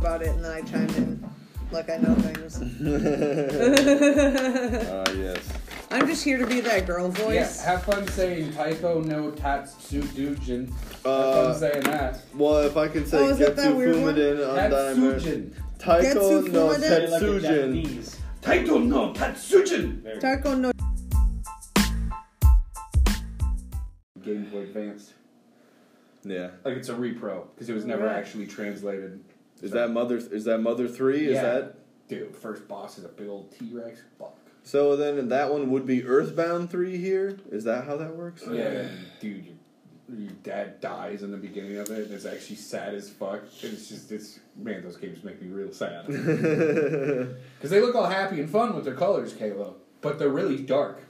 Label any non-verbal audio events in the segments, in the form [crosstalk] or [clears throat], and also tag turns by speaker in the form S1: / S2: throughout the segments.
S1: about it, and then I chime in like I know things.
S2: oh Ah, yes.
S1: I'm just here to be that girl voice.
S3: Yeah, have fun saying typo no tatsu dujin. have
S2: Uh,
S3: fun saying that.
S2: Well, if I can say
S1: Oh, is that that
S2: Getsu
S1: weird one?
S2: Fumiden on Dimer.
S3: Tatsujin.
S2: Taiko
S1: Getsu
S2: no
S1: Fumiden?
S4: They're like a
S2: Tetsujin.
S4: Japanese.
S3: Taito no tatsujin.
S4: Very good.
S1: Taco no.
S3: Game Boy Advance.
S2: Yeah.
S3: Like it's a repro because it was never
S1: Right.
S3: actually translated.
S2: Is that mother? Is that mother three? Is
S3: Yeah.
S2: that
S3: Dude, first boss is a big old T Rex. Fuck.
S2: so? Then that one would be Earthbound three here. Is that how that works?
S4: Oh,
S3: Yeah, dude, your, your dad dies in the beginning of it, and it's actually sad as fuck. And it's just, it's man, those games make me real
S2: [laughs]
S3: sad because they look all happy and fun with their colors, Kalo, but they're really dark.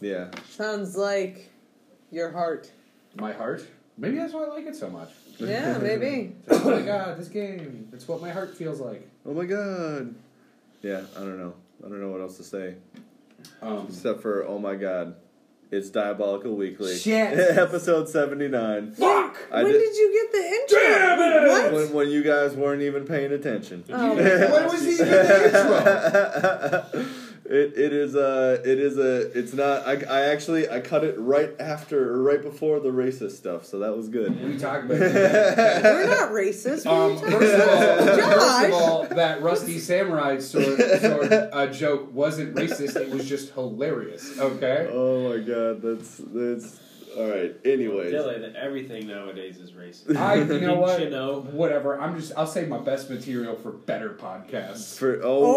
S2: yeah.
S1: Sounds like your heart.
S3: My heart. Maybe that's why I like it so much. [laughs]
S1: Yeah, maybe.
S3: It's like, oh my god, this game. It's what my heart feels like.
S2: Oh my god. Yeah. I don't know. I don't know what else to say
S3: Um,
S2: except for oh my god. It's Diabolical Weekly.
S3: Shit.
S2: [laughs] Episode seventy nine.
S3: fuck!
S2: I
S1: when
S2: did-
S1: did, you get the intro?
S3: Damn it!
S1: What?
S2: When, when you guys weren't even paying attention.
S1: Oh,
S3: What was he in the intro?
S2: It, it is a it is a it's not I, I actually I cut it right after or right before the racist stuff so that was good. [laughs] Oh
S3: We talk about that.
S1: We're not racist. What are
S3: [laughs] Um,
S1: you
S3: first
S1: talking
S3: of all, first
S1: Josh!
S3: of all, that rusty samurai sword, sword uh, joke wasn't racist. It was just hilarious. Okay.
S2: Oh my god, that's that's all right. Anyways,
S4: Dylan, everything nowadays is
S3: [laughs]
S4: racist.
S3: I, you know
S4: Didn't
S3: what?
S4: you know?
S3: Whatever. I'm just. I'll save my best material for better podcasts.
S2: for
S1: Oh,
S2: oh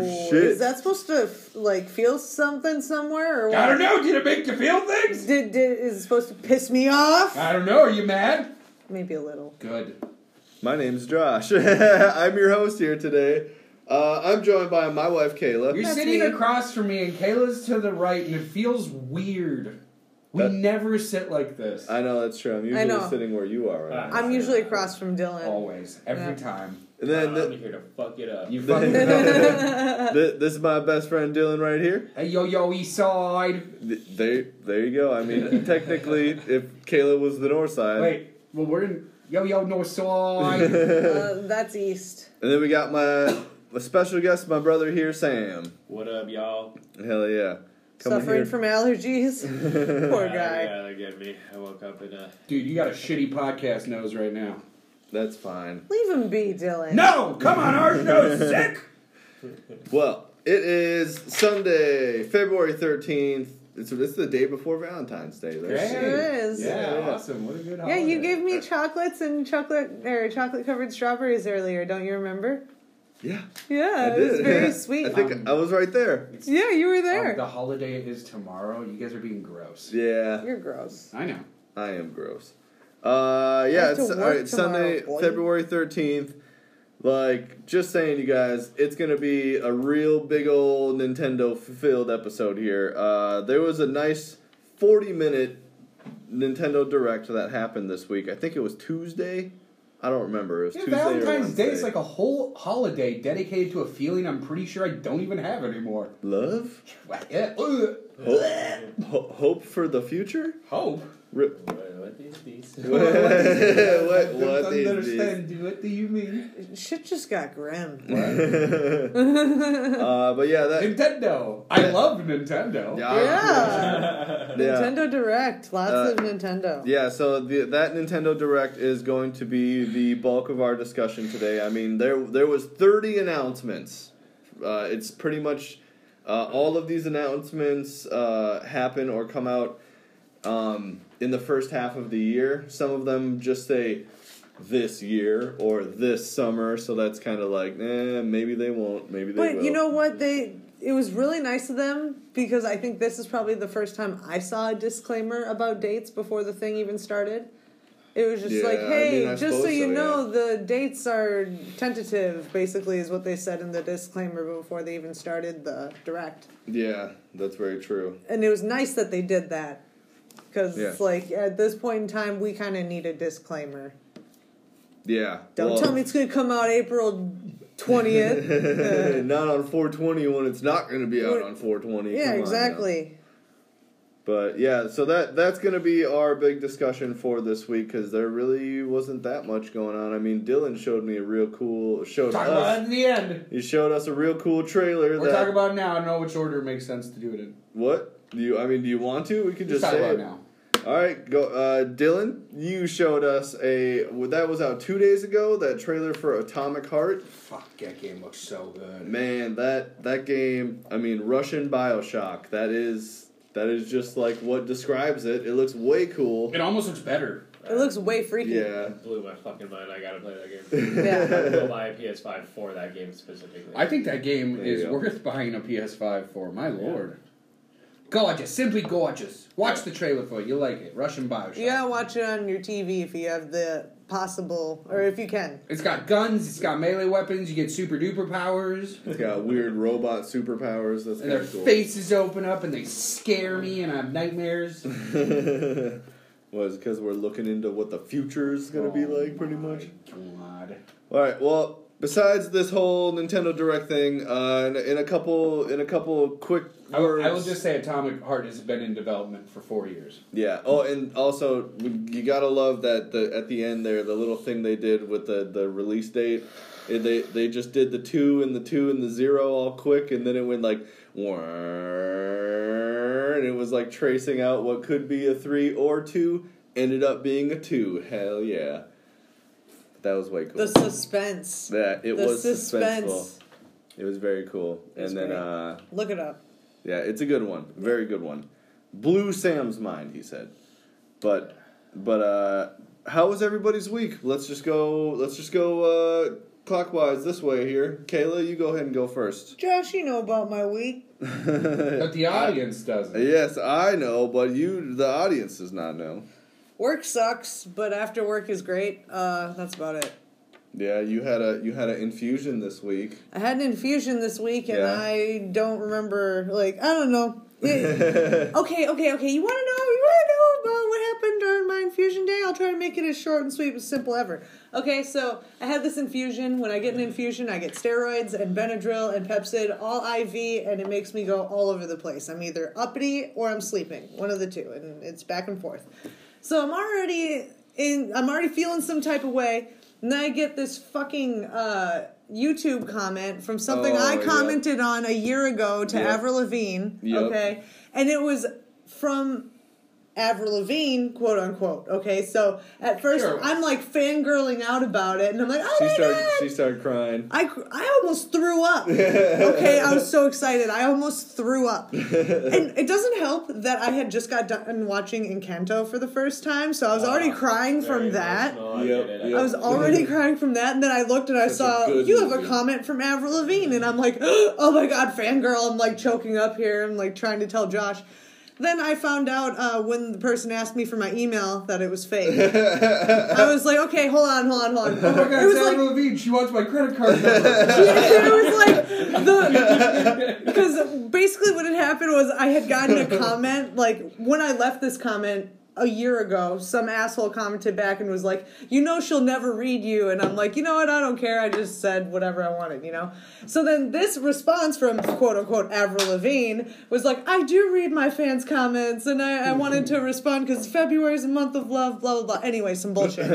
S2: oh shit.
S1: Is that supposed to f- like feel something somewhere or what?
S3: I don't know. Did it make you feel things?
S1: Did, did is it supposed to piss me off?
S3: I don't know. Are you mad?
S1: Maybe a little.
S3: Good.
S2: my name's Josh. [laughs] I'm your host here today. Uh, I'm joined by my wife Kayla.
S3: You're
S1: That's
S3: sitting
S1: me.
S3: across from me, and Kayla's to the right, and it feels weird. We
S2: That-
S3: never sit like this.
S2: I know that's true. I'm usually
S1: know.
S2: sitting where you are. Right? now.
S1: I'm usually across from Dylan.
S3: Always, every
S1: Yeah.
S3: time.
S2: And then
S4: I'm
S2: th-
S4: here to fuck it up.
S3: You fucking know.
S2: th- this is my best friend Dylan right here.
S3: Hey, yo, yo, east side.
S2: Th- There, there you go. I
S3: [laughs]
S2: mean, technically, if Kayla was the north side,
S3: Wait, well, we're in Yo Yo
S2: [laughs]
S3: North Side.
S1: [laughs] Uh, that's East.
S2: and then we got my, my special guest, my brother here, Sam.
S4: What up, y'all?
S2: Hell yeah,
S1: Suffering from allergies.
S2: [laughs]
S1: Poor
S4: Yeah,
S1: guy.
S4: yeah, they get me. I woke up in a.
S3: Dude, you got a shitty podcast nose right now.
S2: That's fine.
S1: Leave him be, Dylan.
S3: No! Come on, ours nose is sick!
S2: Well, it is Sunday, February thirteenth. It's, it's the day before Valentine's Day. There's-
S1: Hey. is.
S3: Yeah,
S2: Yeah.
S3: awesome. What a good
S1: Yeah,
S3: holiday.
S1: you gave me chocolates and chocolate or chocolate covered strawberries earlier. Don't you remember?
S2: Yeah, I
S1: Yeah,
S2: did.
S1: it was very sweet.
S2: [laughs] I think
S3: Um,
S2: I was right there.
S1: yeah, you were
S3: Um,
S1: there.
S3: the holiday is tomorrow. You guys are being gross.
S2: Yeah,
S1: You're gross.
S3: I know.
S2: I am gross. Uh,
S1: I
S2: yeah,
S1: have to
S2: it's all
S1: work
S2: right, Sunday,
S1: tomorrow, boy.
S2: February thirteenth. Like, just saying, you guys, it's gonna be a real big old Nintendo filled episode here. Uh, there was a nice forty-minute Nintendo Direct that happened this week. I think it was Tuesday. I don't remember. It was
S3: Yeah,
S2: Tuesday or
S3: Valentine's
S2: Wednesday.
S3: Day is like a whole holiday dedicated to a feeling I'm pretty sure I don't even have anymore.
S2: love,
S3: Yeah, ugh.
S2: hope, ho- hope for the future.
S3: Hope.
S2: [laughs] Rip.
S4: What, what is this?
S2: what,
S3: I
S2: what is
S3: don't
S2: this?
S3: understand. What do you mean?
S1: Shit just got grim.
S2: uh, but yeah,
S3: [laughs]
S2: that
S3: Nintendo. I love Nintendo.
S1: Yeah.
S2: [laughs] yeah.
S1: Nintendo Direct. Lots
S2: Uh,
S1: of Nintendo.
S2: Yeah, so the, that Nintendo Direct is going to be the bulk of our discussion today. I mean, there there was 30 announcements. Uh, it's pretty much uh, all of these announcements uh, happen or come out um, in the first half of the year. Some of them just say this year or this summer, so that's kind of like, eh, maybe they won't, maybe they
S1: But
S2: will.
S1: you know what? They it was really nice of them because I think this is probably the first time I saw a disclaimer about dates before the thing even started. It was just
S2: Yeah,
S1: like,
S2: I
S1: hey,
S2: mean, I
S1: just so
S2: suppose
S1: you
S2: so,
S1: know, the dates are tentative. Basically, is what they said in the disclaimer before they even started the direct.
S2: yeah, that's very true.
S1: And it was nice that they did that because,
S2: Yeah.
S1: like, at this point in time, we kind of need a disclaimer.
S2: Yeah.
S1: Don't
S2: well-
S1: tell me it's going to come out April
S2: [laughs]
S1: twentieth.
S2: not on 420 when it's not going to be out on 420.
S1: yeah,
S2: Come on now.
S1: exactly.
S2: But yeah, so that that's gonna be our big discussion for this week because there really wasn't that much going on. I mean, Dylan showed me a real cool showed
S3: Talk about it
S2: us
S3: in the end.
S2: he showed us a real cool trailer
S3: We're
S2: that
S3: talking about it now. I know which order makes sense to do it in.
S2: what do you I mean do you want to we can
S3: Just
S2: just
S3: talk
S2: say
S3: about it
S2: it
S3: now.
S2: all right go uh, Dylan you showed us a well, that was out two days ago that trailer for Atomic Heart
S3: Fuck, that game looks so good.
S2: man that that game I mean Russian Bioshock that is that is just like what describes it it looks way cool
S3: It almost looks better.
S1: It looks way freaky.
S2: yeah.
S4: Blew my fucking mind. I gotta play
S1: [laughs]
S4: that
S2: [laughs]
S4: game. I
S1: Yeah.
S4: will buy a PS5 for that game specifically.
S3: I think that game
S2: There you
S3: is
S2: go.
S3: worth buying a PS5 for. My lord. Gorgeous. Simply gorgeous. Watch the trailer for it. You'll like it. Russian Bioshock.
S1: You gotta watch it on your TV if you have the possible, or if you can.
S3: It's got guns. It's got melee weapons. You get super duper powers.
S2: It's got weird robot superpowers. That's
S3: And
S2: kind
S3: their
S2: of cool.
S3: faces open up and they scare me and I
S2: [laughs]
S3: have nightmares.
S2: Was because we're looking into what the future is gonna
S1: Oh
S3: Oh
S2: be like, pretty much.
S3: God.
S2: All right. Well, besides this whole Nintendo Direct thing, uh, in, in a couple, in a couple quick
S3: I will,
S2: words.
S3: I will just say Atomic Heart has been in development for
S2: [laughs]
S3: four years.
S2: Yeah. Oh, and also you gotta love that the at the end there the little thing they did with the the release date. It, they they just did the two and the two and the zero all quick, and then it went like. "Whirr," And it was like tracing out what could be a three or two, ended up being a two. Hell yeah, that was way cool.
S1: The suspense.
S2: yeah, it
S1: the
S2: was
S1: suspense.
S2: suspenseful. It was very cool.
S1: That's
S2: and then,
S1: great.
S2: uh,
S1: Look it up.
S2: yeah, it's a good one. Very good one. Blew Sam's mind, he said. But but uh how was everybody's week? Let's just go let's just go uh clockwise this way here. Kayla, you go ahead and go first.
S1: Josh, you know about my week.
S3: But the audience doesn't.
S2: yes, I know, but you the audience does not know.
S1: Work sucks, but after work is great. Uh, that's about it.
S2: Yeah, you had a you had an infusion this week.
S1: I had an infusion this week, and
S2: Yeah.
S1: I don't remember. Like I don't know.
S2: [laughs]
S1: It- [laughs] okay, okay, okay. You want to know? You want to know about what happened during my infusion day? I'll try to make it as short and sweet and simple ever. Okay, so I had this infusion. When I get an infusion, I get steroids and Benadryl and Pepsid, all IV, and it makes me go all over the place. I'm either uppity or I'm sleeping, one of the two, and it's back and forth. So I'm already in. I'm already feeling some type of way, and then I get this fucking. Uh, YouTube comment from something
S2: Oh,
S1: I
S2: yeah.
S1: commented on a year ago to
S2: Yeah.
S1: Avril Lavigne.
S2: Yep.
S1: Okay. And it was from Avril Lavigne, quote unquote. Okay. So at first,
S3: Sure.
S1: I'm like fangirling out about it, and I'm like, oh
S2: she
S1: my
S2: started
S1: God.
S2: she started crying.
S1: I, cr- I almost threw
S2: [laughs]
S1: up. Okay, I was so excited. I almost threw
S2: [laughs]
S1: up. And it doesn't help that I had just got done watching Encanto for the first time, so I was already
S2: Ah,
S4: Uh,
S1: crying
S4: Very
S1: from that.
S4: emotional, I
S2: Yep,
S4: get it.
S2: yep.
S1: I was
S2: [laughs]
S1: already crying from that, and then I looked and I
S2: Such a
S1: saw
S2: good
S1: you have a
S2: movie.
S1: comment from Avril Lavigne, and I'm like, [gasps] oh my god, fangirl! I'm like choking up here. I'm like trying to tell Josh. Then I found out uh, when the person asked me for my email that it was [laughs] fake. I was like, okay, hold on, hold on, hold on. [laughs]
S3: Oh my god,
S1: it was
S3: Sarah
S1: like
S3: Levine, she wants my credit
S1: [laughs]
S3: card number.
S1: it was like the because basically what had happened was I had gotten a comment like when I left this comment a year ago, some asshole commented back and was like, "You know she'll never read you," and I'm like, "You know what? I don't care. I just said whatever I wanted." You know. So then this response from quote unquote Avril Lavigne was like, "I do read my fans' comments, and I, I wanted to respond because February is a month of love, blah blah blah." Anyway, some bullshit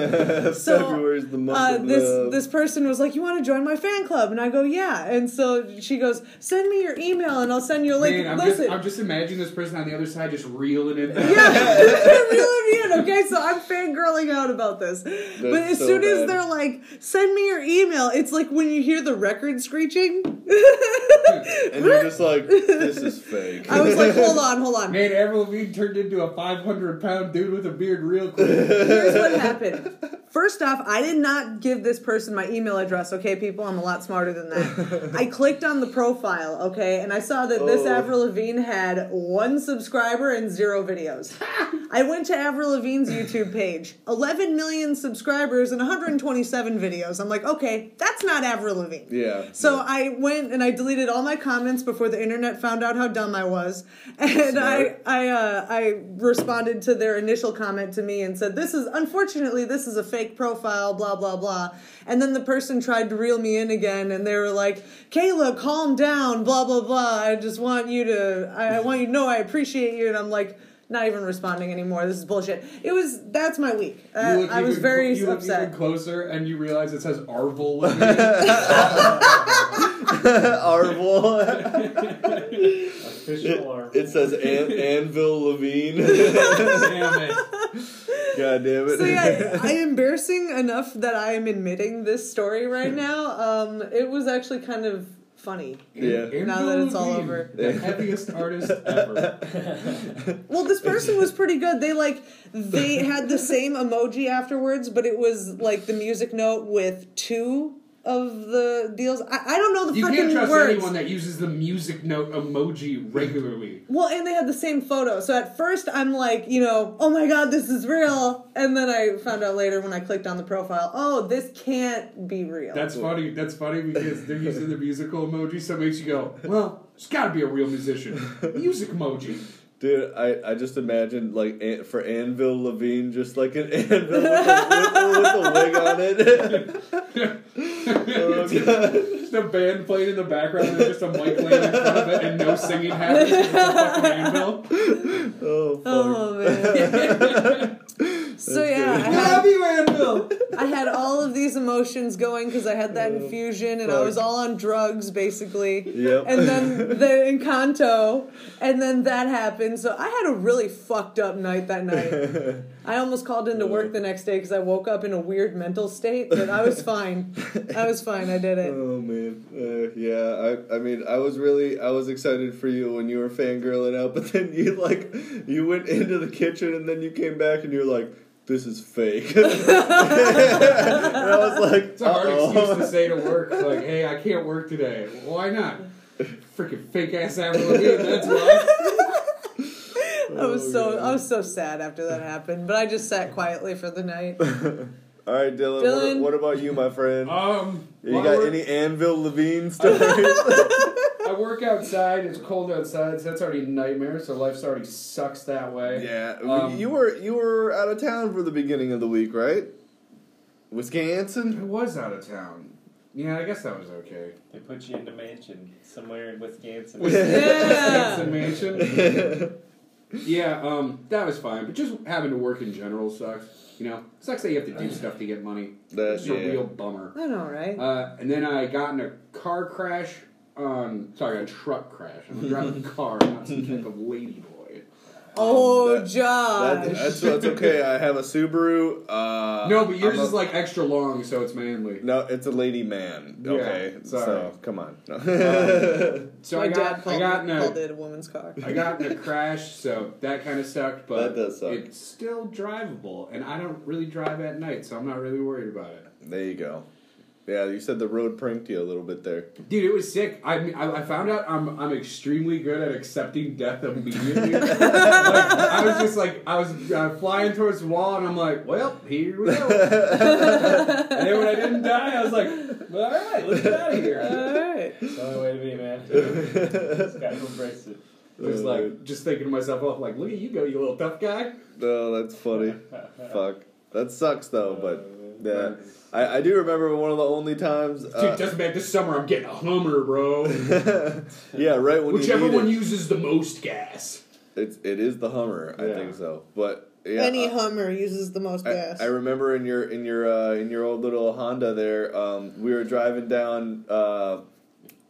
S1: so
S2: February's the month
S1: uh,
S2: of
S1: this
S2: love.
S1: this person was like you want to join my fan club and i go yeah and so she goes send me your email and i'll send you a link
S3: Man, I'm just,
S1: listen
S3: I'm just imagining this person on the other side just reeling
S1: [laughs]
S3: it back.
S1: yeah, it really did.
S3: [laughs]
S1: Okay, so I'm fangirling out about this. but as
S2: so
S1: soon as
S2: bad.
S1: they're like, send me your email, it's like when you hear the record screeching. [laughs] I [laughs]
S2: and you're just like, this is fake.
S1: was like, hold on, hold on.
S3: Man, Avril Lavigne turned into a 500 pound dude with a beard
S1: [laughs]
S3: real quick.
S1: Here's what happened. First off, I did not give this person my email address, okay, people? I'm a lot smarter than that. I clicked on the profile, okay, and I saw that this
S2: Oh.
S1: Avril Lavigne had one subscriber and zero
S2: [laughs]
S1: videos. I went to Avril Lavigne's YouTube page, 11 million subscribers and 127 videos. I'm like, okay, that's not Avril Lavigne.
S2: [laughs] Yeah.
S1: So
S2: [laughs]
S1: I went and I deleted all my comments before the internet found out how dumb I was, [laughs] and
S2: Smart.
S1: I I uh, I responded to their initial comment to me and said, "This is unfortunately this is a fake profile, blah blah blah." And then the person tried to reel me in again, and they were like, "Kayla, calm down, blah blah blah. I just want you to I, I want you to know I appreciate you." And I'm like. not even responding anymore. This is bullshit. It was that's my week. Uh,
S3: You look
S1: I was
S3: even-
S1: very
S3: you look
S1: upset.
S3: Even closer, and you realize it says
S1: [laughs]
S3: Arvel. in it.
S2: Arvel.
S4: Official arm.
S2: it says
S1: [laughs]
S2: An- Anvil Levine.
S3: Damn it.
S2: God damn it.
S1: so
S3: [laughs]
S1: yeah, I embarrassing enough that I am admitting this story
S3: [laughs]
S1: right now. Um, it was actually kind of funny.
S2: Yeah.
S1: Now that it's all
S3: Levine,
S1: over.
S3: the heaviest artist ever.
S1: Well, this person was pretty good. They like they had the same emoji afterwards, but it was like the music note with two of the deals. I, I don't know the
S3: You can't
S1: fucking
S3: trust
S1: words.
S3: anyone that uses the music note emoji regularly.
S1: Well, and they had the same photo. So at first I'm like, you know, oh my god, this is real. And then I found out later when I clicked on the profile, oh, this can't be real.
S3: That's funny. That's funny because they're using the musical emoji, so it makes you go, "Well, it's got to be a real musician." Music emoji.
S2: Dude, I, I just imagined like an, for Anvil Levine, just like an [laughs] anvil with a, with, with a wig on it.
S3: [laughs]
S2: [laughs]
S3: Just a band playing in the background, and there's just a mic playing in front of it, and no singing happens. It's just a fucking anvil.
S2: oh,
S1: [laughs] oh
S2: fuck.
S1: man. [laughs] so yeah, I
S3: We
S1: had,
S3: love you, anvil.
S1: I had all of these emotions going because I had that infusion and I was all on drugs basically.
S2: Oh, Yep.
S1: And then the Encanto, and then that happened. So I had a really fucked up night that night.
S2: [laughs]
S1: I almost called into work the next day because I woke up in a weird mental state, but I was fine. I was fine. I did
S2: [laughs]
S1: it.
S2: [laughs] Oh man, uh, yeah. I I mean, I was really I was excited for you when you were fangirling out, [laughs] but then you like you went into the kitchen and then you came back and you're like, this is
S1: [laughs]
S2: fake. [laughs] and I was like,
S3: It's a hard
S2: "Uh-oh."
S3: excuse to say to work, like, "Hey, I can't work today." Why not? Freaking fake ass Avril Lavigne. That's why.
S1: I was
S2: Oh,
S1: so
S2: God.
S1: I was so sad after that happened, but I just sat quietly for the night.
S2: All right, Dylan.
S1: Dylan.
S2: What, what about you, my friend?
S3: Um,
S2: you
S3: well, I
S2: got
S3: work-
S2: any Anvil Levine
S3: [laughs]
S2: stories?
S3: I work outside. It's cold outside, so that's already a nightmare. So life's already sucks that way.
S2: Yeah,
S3: Um,
S2: you were you were out of town for the beginning of the week, right?
S3: I
S2: Wisconsin.
S3: [laughs] was out of town. Yeah, I guess that
S2: [laughs]
S3: was okay.
S4: They put you in a mansion somewhere in Wisconsin.
S1: Yeah.
S3: Wisconsin mansion. Yeah, um, that was fine. But just having to work in general sucks. You know, sucks that you have to do stuff to get money.
S2: That-
S3: It's a
S2: yeah.
S3: real bummer.
S1: I know,
S2: [laughs]
S1: right?
S3: Uh, and then I got in a car crash. Um, sorry, a truck crash. I'm driving
S2: [laughs]
S3: a car, not some type of lady boy.
S1: oh,
S2: that-
S1: Josh.
S2: That- that's that's okay. I have a Subaru. Uh,
S3: No, but yours
S2: I'm a-
S3: is like extra long, so it's manly.
S2: no, it's a lady man.
S3: Yeah,
S2: Okay,
S3: sorry.
S2: so come on. No.
S3: So
S1: My
S3: I got,
S1: dad
S3: I
S1: called,
S3: got in
S1: it,
S3: a,
S1: called it a woman's car.
S3: I got in a crash, so that kind of sucked.
S2: That
S3: But
S2: does suck.
S3: It's still drivable, and I don't really drive at night, so I'm not really worried about it.
S2: [laughs] there you go. Yeah, you said the road pranked you a little bit there.
S3: Dude, it was sick. I mean, I, I found out I'm I'm extremely good at accepting death immediately. [laughs] like, I was just like I was uh, flying towards the wall, and I'm like, well, here we go. and then when I didn't die, I was like, well, all right, let's get out of here.
S1: all right.
S4: It's the only way to be, man. Just gotta embrace it.
S3: Just
S2: Uh.
S3: like just thinking to myself, oh, like look at you go, you little tough guy.
S2: No, Oh, that's
S3: [laughs]
S2: funny. Fuck, that sucks though.
S4: Oh,
S2: But yeah, I, I do remember one of the only times.
S3: Dude,
S2: Uh,
S3: just back this summer, I'm getting a Hummer, bro.
S2: yeah, right when
S3: Whichever
S2: you need
S3: one
S2: it.
S3: uses the most gas.
S2: It's it is the Hummer, I
S3: Yeah.
S2: think so. But yeah,
S1: Any
S2: uh,
S1: Hummer uses the most
S2: I,
S1: gas.
S2: I remember in your in your uh, in your old little Honda there, um, we were driving down uh,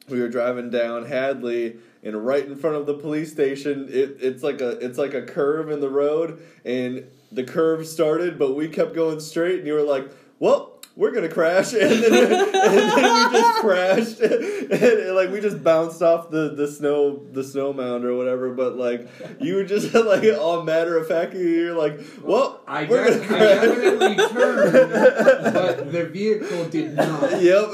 S2: we were driving down Hadley and right in front of the police station it, it's like a it's like a curve in the road and the curve started but we kept going straight and you were like, Well, we're gonna crash [laughs] and then, and then we just crashed [laughs] and, and, like we just bounced off the, the snow the snow mound or whatever but like you were just [laughs] like all matter of fact you're like well
S3: I,
S2: we're
S3: def-
S2: gonna
S3: I
S2: crash [laughs]
S3: definitely turned, but the vehicle
S2: [laughs]
S3: did not.
S2: Yep.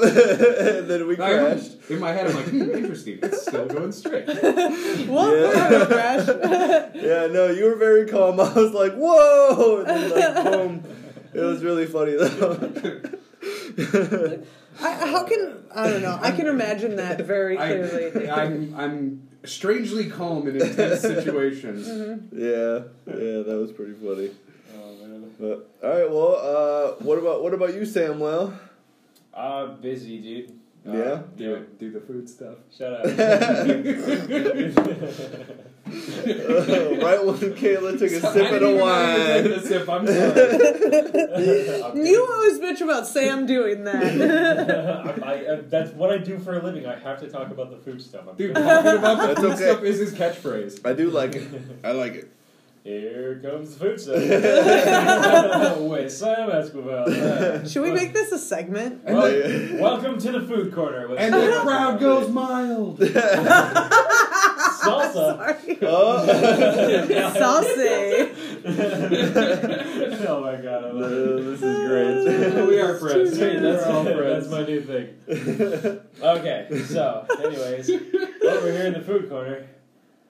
S2: and then we
S3: I remember-
S2: crashed.
S3: in my head, I'm like, hmm, interesting. It's still
S2: [laughs]
S3: going straight.
S1: Well,
S2: Yeah.
S1: we're gonna crash.
S2: Yeah, no, you were very calm. [laughs] I was like, whoa! And then, like, boom. It was really funny, though.
S1: [laughs]
S2: [laughs]
S1: I, how can I don't know? I can imagine that very
S3: [laughs] I,
S1: clearly.
S3: I'm, I'm strangely calm in intense situations.
S2: [laughs] yeah, yeah, that was pretty funny.
S4: Oh, man.
S2: But, all right, well, uh, what about what about you, Samuel? [laughs]
S4: Ah, busy, dude. Uh,
S2: Yeah?
S4: yeah.
S3: [laughs] Do the food stuff.
S4: Shut up.
S2: right when Kayla took a sip
S3: I
S2: of
S3: didn't
S2: the
S3: even know you were
S2: wine.
S3: taking a sip, I'm sorry.
S1: [laughs] You always bitch about Sam doing that.
S4: [laughs] I, I, that's what I do for a living. I have to talk about the food stuff. I'm
S3: Dude,
S4: good.
S3: talking about the
S2: That's
S3: food
S2: okay.
S3: stuff is his
S2: [laughs]
S3: catchphrase.
S2: I do like it. I like it.
S4: Here comes the food
S3: [laughs]
S4: stuff. Wait, Sam Esquivel. Uh,
S1: Should we make this a segment?
S3: And
S4: Well,
S3: the,
S2: Like-
S4: welcome to the food corner. with
S3: and
S4: Sam
S3: the
S4: [laughs] Esquivel.
S3: crowd goes mild. [laughs]
S4: salsa.
S2: [laughs]
S1: Sorry.
S2: [laughs] oh.
S1: Saucy.
S4: oh my god, I love it.
S2: this is
S3: we are friends.
S4: Hey, that's,
S3: We're all
S4: that's
S3: friends.
S4: my new thing.
S2: great.
S4: Okay, so, anyways, over here in the food corner.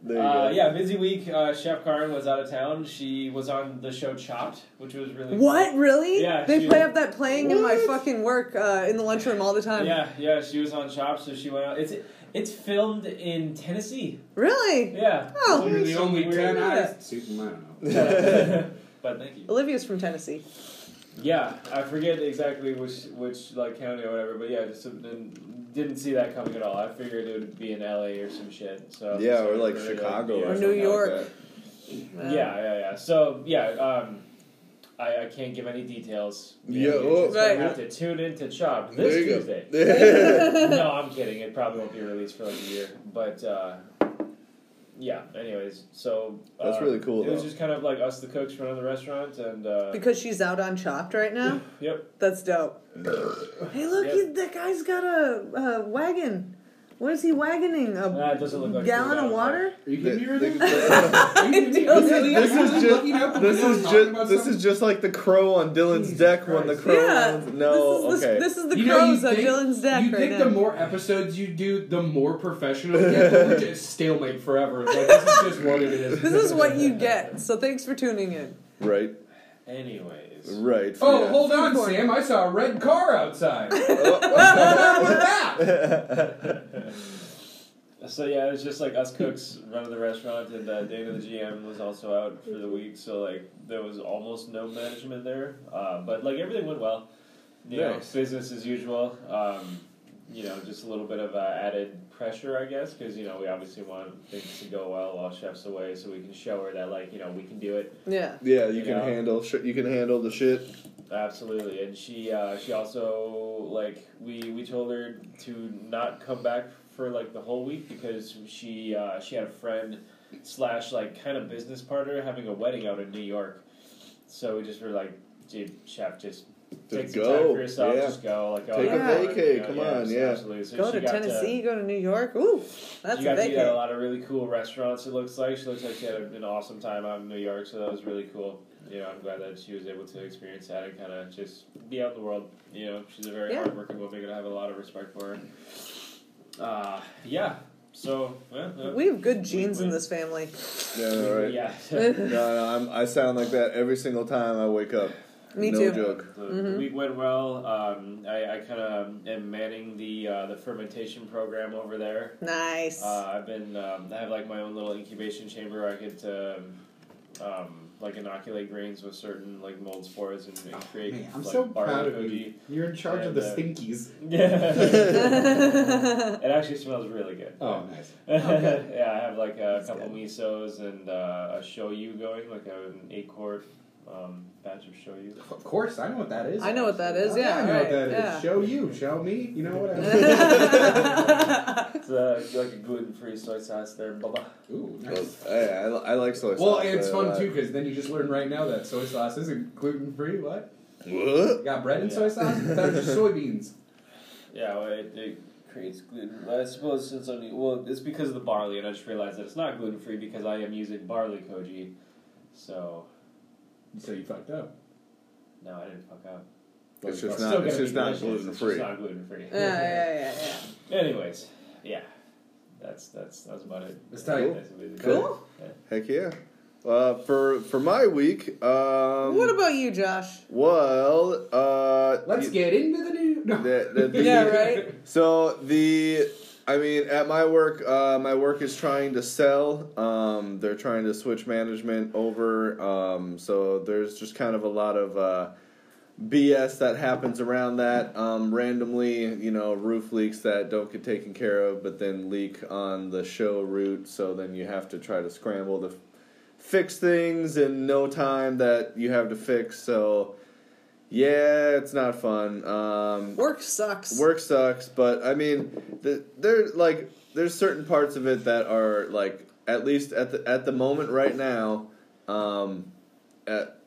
S2: [laughs] there you
S4: Uh,
S2: go.
S4: yeah, busy week. Uh, Chef Karen was out of town. She was on the show Chopped, which was really
S1: What? Really?
S4: Yeah,
S1: they
S4: she-
S1: play up that playing in my
S2: What?
S1: fucking work uh, in the lunchroom all the time.
S4: Yeah, yeah, she was on Chopped, so she went out. It's it's filmed in Tennessee.
S1: Really? [laughs]
S4: Yeah.
S1: Oh.
S4: So
S3: We're
S4: it's
S3: the
S4: some
S3: only
S4: weird-
S3: ten
S1: that.
S3: eyes. I don't know.
S4: Yeah. but thank you.
S1: Olivia's from Tennessee.
S4: Yeah, I forget exactly which which like county or whatever, but yeah, just didn't, didn't see that coming at all. I figured it would be in LA or some shit. So
S2: Yeah,
S4: so
S2: or like
S4: really,
S2: Chicago
S4: yeah.
S2: or
S1: Or New
S2: something like
S1: York.
S4: Yeah, yeah, yeah. So yeah, um, I, I can't give any details.
S2: Yeah,
S4: You
S2: oh.
S4: just
S1: Right.
S4: have to tune into Chopped
S2: that.
S4: this
S2: [laughs] There you
S4: Tuesday.
S1: Uh, [laughs]
S2: go.
S4: no, I'm kidding. It probably won't be released for like a year, but uh, yeah. Anyways, so uh,
S2: That's really cool,
S4: It was
S2: though.
S4: just kind of like us, the cooks, running the restaurant, and uh,
S1: Because she's out on Chopped right now?
S4: yep,
S1: That's dope. hey, look,
S4: Yep.
S1: he, that guy's got a, a wagon. What is he wagoning? A
S4: nah, it doesn't look like
S1: gallon
S4: food
S1: of
S4: out
S1: water?
S3: [laughs] Are you kidding me right now?
S2: This
S3: Are you kidding me?
S2: [laughs]
S1: This
S3: Are you
S1: is
S3: actually
S2: just-
S3: looking out the window
S2: is
S3: and talking about
S2: just this
S3: something?
S2: is just like the crow on Dylan's
S3: Jesus
S2: deck when the
S3: Christ.
S2: crow
S1: yeah.
S2: lands- No,
S1: this is,
S2: okay.
S1: This, this is the
S3: You know,
S1: crows
S3: you
S1: on
S3: think-
S1: Dylan's deck
S3: You
S1: right
S3: think
S1: now.
S3: the more episodes you do, the more professional you get? But We're just stalemate forever. It's Like, this is just what it is.
S1: this is what you get. So thanks for tuning in.
S2: right,
S4: Anyways,
S2: right.
S3: Oh,
S2: yeah.
S3: hold on, Sam. I saw a red car outside. What's going on with
S2: [laughs]
S3: that?
S4: so yeah, it was just like us cooks running the restaurant, and uh, Dana the GM was also out for the week, so like there was almost no management there, uh, but like everything went well. You
S2: Nice.
S4: know, business as usual. Um, you know, just a little bit of uh, added pressure, I guess, because you know we obviously want things to go well while chef's away, so we can show her that like you know we can do it.
S1: Yeah.
S2: [laughs] Yeah, you
S4: You
S2: can
S4: know.
S2: handle sh- you can handle the shit.
S4: Absolutely, and she uh, she also like we we told her to not come back for like the whole week because she uh, she had a friend slash like kind of business partner having a wedding out in New York, so we just were like, dude, chef, just take
S2: Just
S4: some
S2: go,
S4: time for yourself,
S2: yeah.
S4: just go, like go
S2: Take
S1: a
S4: out,
S2: vacay,
S4: you know,
S2: come
S4: yeah,
S2: on,
S4: just
S2: yeah.
S4: absolutely. So
S1: go
S4: she
S1: to
S4: got
S1: Tennessee, go to New York. Ooh, that's
S4: she
S1: a
S4: got to eat at a
S1: vacation.
S4: lot of really cool restaurants. It looks like she looks like she had an awesome time out in New York, so that was really cool. You know, I'm glad that she was able to experience that and kind of just be out in the world. You know, she's a very
S1: Yeah.
S4: hardworking woman, and I have a lot of respect for her. Uh, yeah. So yeah, uh,
S1: We have good genes in this
S4: Win-win.
S1: family.
S2: Yeah,
S1: [laughs]
S2: right.
S4: yeah. [laughs]
S1: Mm-hmm.
S2: No, no, I'm, I sound like that every single time I wake up.
S1: Me
S2: no
S1: too.
S2: joke.
S4: The, the week went well. Um, I, I kind of am manning the uh, the fermentation program over there.
S1: Nice. [laughs]
S4: Uh, [laughs] I've been. Um, I have like my own little incubation chamber. Where I could um, um, like inoculate grains with certain like mold spores and, and create.
S3: Man, I'm
S4: like,
S3: so
S4: barley
S3: proud of
S4: koji.
S3: you. You're in charge of
S4: And,
S3: the
S4: uh,
S3: stinkies.
S4: [laughs] Yeah. it actually smells really good.
S3: Oh, nice.
S4: [laughs] yeah, I have like a couple misos and uh, a shoyu going, like an eight quart um, batch of shoyu.
S3: Of course, I know what that is.
S1: I know what that is,
S3: Oh,
S1: yeah,
S3: I know
S1: right,
S3: what that is.
S1: yeah.
S3: Show you, show me. You know
S1: [laughs]
S3: what?
S4: It's uh, like a gluten free soy sauce there, bubba.
S1: [laughs]
S3: Ooh,
S2: Well,
S3: nice.
S2: I, I, li- I like uh, soy sauce.
S3: Well, and it's
S2: I
S3: fun
S2: like-
S3: too because then you just learn right now that soy sauce isn't gluten free. What?
S2: What?
S3: You got bread and
S4: Yeah.
S3: soy sauce? I thought
S2: [laughs]
S3: it was just soybeans.
S4: Yeah, well, it, it creates gluten. I suppose since I'm well, it's because of the barley, and I just realized that it's not gluten free because I am using barley koji. So
S3: So you fucked up.
S4: no, I didn't fuck up.
S2: It's
S3: Well,
S2: just
S3: it's
S4: still
S2: not.
S4: gonna
S2: It's
S4: be
S2: just not
S4: delicious,
S2: gluten
S4: it's just
S2: free.
S4: not gluten free.
S1: yeah, yeah, yeah, yeah.
S4: Anyways, yeah, that's that's that's about it.
S3: That's tight.
S4: That's amazing.
S1: Cool.
S2: Heck yeah. Uh, for for my week, um,
S1: what about you, Josh?
S2: well, uh,
S3: Let's
S2: you-
S3: get into the new. No.
S2: The- the-
S1: [laughs]
S2: the-
S1: Yeah, right?
S2: So the, I mean, at my work, uh, my work is trying to sell. Um, they're trying to switch management over. Um, so there's just kind of a lot of uh, BS that happens around that. Um, randomly, you know, roof leaks that don't get taken care of, but then leak on the show route. So then you have to try to scramble to f- fix things in no time that you have to fix. So yeah, it's not fun. Um,
S1: Work sucks.
S2: Work sucks, but I mean, the, there like there's certain parts of it that are like at least at the at the moment right now, um, at,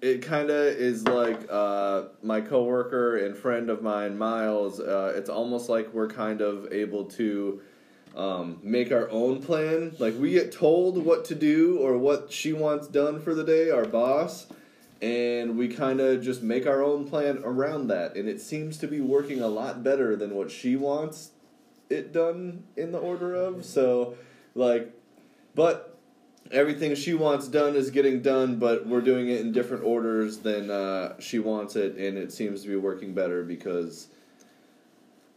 S2: it kind of is like uh, my coworker and friend of mine, Miles. Uh, it's almost like we're kind of able to um, make our own plan. Like we get told what to do or what she wants done for the day, our boss, and we kind of just make our own plan around that. And it seems to be working a lot better than what she wants it done in the order of. So, like, but everything she wants done is getting done, but we're doing it in different orders than uh, she wants it, and it seems to be working better because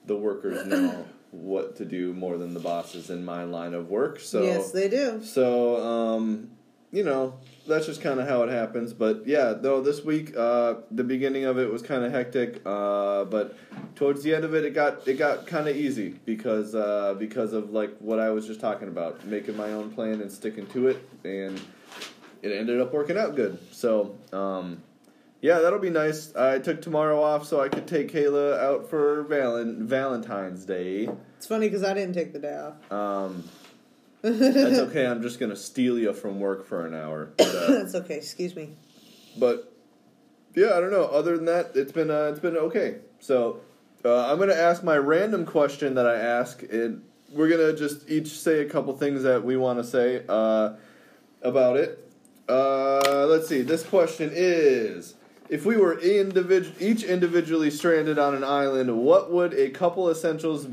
S2: the workers know what to do more than the bosses in my line of work. So
S1: yes, they do.
S2: so, um, you know, that's just kind of how it happens. But yeah, though this week, uh, the beginning of it was kind of hectic, uh, but towards the end of it, it got it got kind of easy because uh, because of like what I was just talking about, making my own plan and sticking to it, and it ended up working out good. So. Um, yeah, that'll be nice. I took tomorrow off so I could take Kayla out for Valen- Valentine's Day.
S1: It's funny because I didn't take the day off.
S2: Um, that's okay. I'm just gonna steal you from work for an hour.
S1: [laughs]
S2: But, uh,
S1: That's okay. Excuse me.
S2: but, yeah, I don't know. Other than that, it's been uh, it's been okay. So uh, I'm gonna ask my random question that I ask, and we're gonna just each say a couple things that we want to say uh, about it. Uh, let's see. This question is: If we were individ- each individually stranded on an island, what would a couple essentials?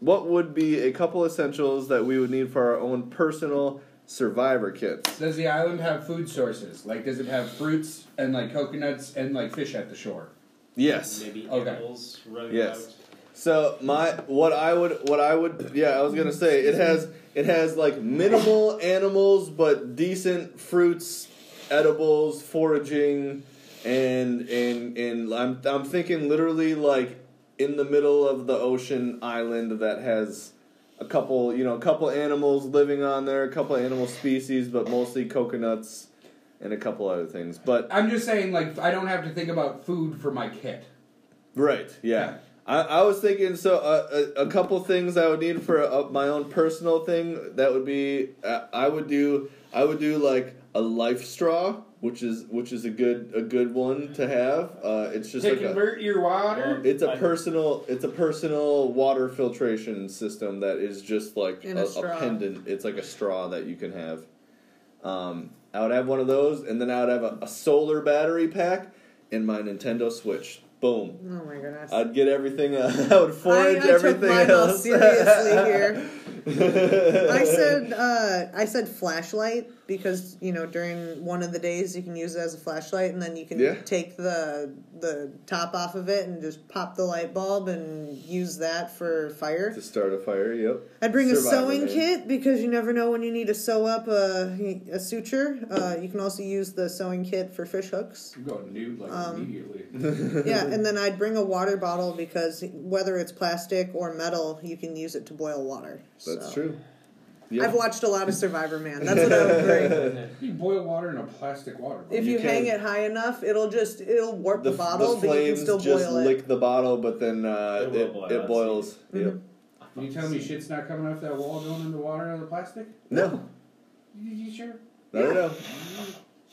S2: What would be a couple essentials that we would need for our own personal survivor kits?
S3: Does the island have food sources? Like, does it have fruits and like coconuts and like fish at the shore?
S2: Yes.
S4: Maybe
S3: Okay.
S4: animals running
S2: Yes.
S4: out.
S2: So my what I would what I would yeah I was gonna say it has it has like minimal animals but decent fruits, edibles, foraging, and and and I'm I'm thinking literally like in the middle of the ocean island that has a couple you know a couple animals living on there a couple animal species but mostly coconuts and a couple other things but
S3: I'm just saying, like, I don't have to think about food for my kit.
S2: Right. Yeah. I, I was thinking so uh, a, a couple things I would need for uh, my own personal thing that would be uh, I would do I would do like a life straw which is which is a good a good one to have uh, it's just
S3: to
S2: like a,
S3: convert your water.
S2: it's a
S4: Um, I-
S2: personal it's a personal water filtration system that is just like
S1: In
S2: a,
S1: a
S2: a
S1: straw.
S2: pendant it's like a straw that you can have um, I would have one of those and then I would have a, a solar battery pack in my Nintendo Switch boom
S1: Oh my goodness.
S2: I'd get everything. Uh, [laughs] I would forage
S1: I took
S2: everything
S1: mine all
S2: else. [laughs]
S1: seriously here.
S2: here.
S1: I said uh, I said flashlight because you know during one of the days you can use it as a flashlight and then you can
S2: Yeah.
S1: take the the top off of it and just pop the light bulb and use that for fire.
S2: to start a fire. Yep.
S1: I'd bring a
S2: Survivor
S1: sewing
S2: man.
S1: kit because you never know when you need to sew up a, a suture. Uh, you can also use the sewing kit for fish hooks.
S2: [laughs]
S3: I'm going nude like
S1: Um,
S3: immediately.
S1: yeah, and then I'd bring a water bottle because whether it's plastic or metal, you can use it to boil water.
S2: That's
S1: So-
S2: true. Yeah.
S1: I've watched a lot of Survivor Man. That's what I
S2: [laughs]
S1: would bring.
S3: you boil water in a plastic water bottle.
S1: If
S2: You
S1: you, hang
S2: can-
S1: it high enough, it'll just it'll warp the,
S2: the,
S1: bottle,
S2: the
S1: but you can
S2: flames
S1: still
S2: just
S1: boil
S2: lick [laughs]
S1: it. Mm-hmm.
S2: the bottle, but then uh,
S4: It
S2: it,
S4: will
S2: it,
S4: boil, I've
S2: boils. Yep.
S3: Can
S2: [laughs]
S3: you tell me shit's not coming off that wall going into water in the plastic?
S1: [laughs]
S2: No,
S3: You, you sure?
S2: I don't know.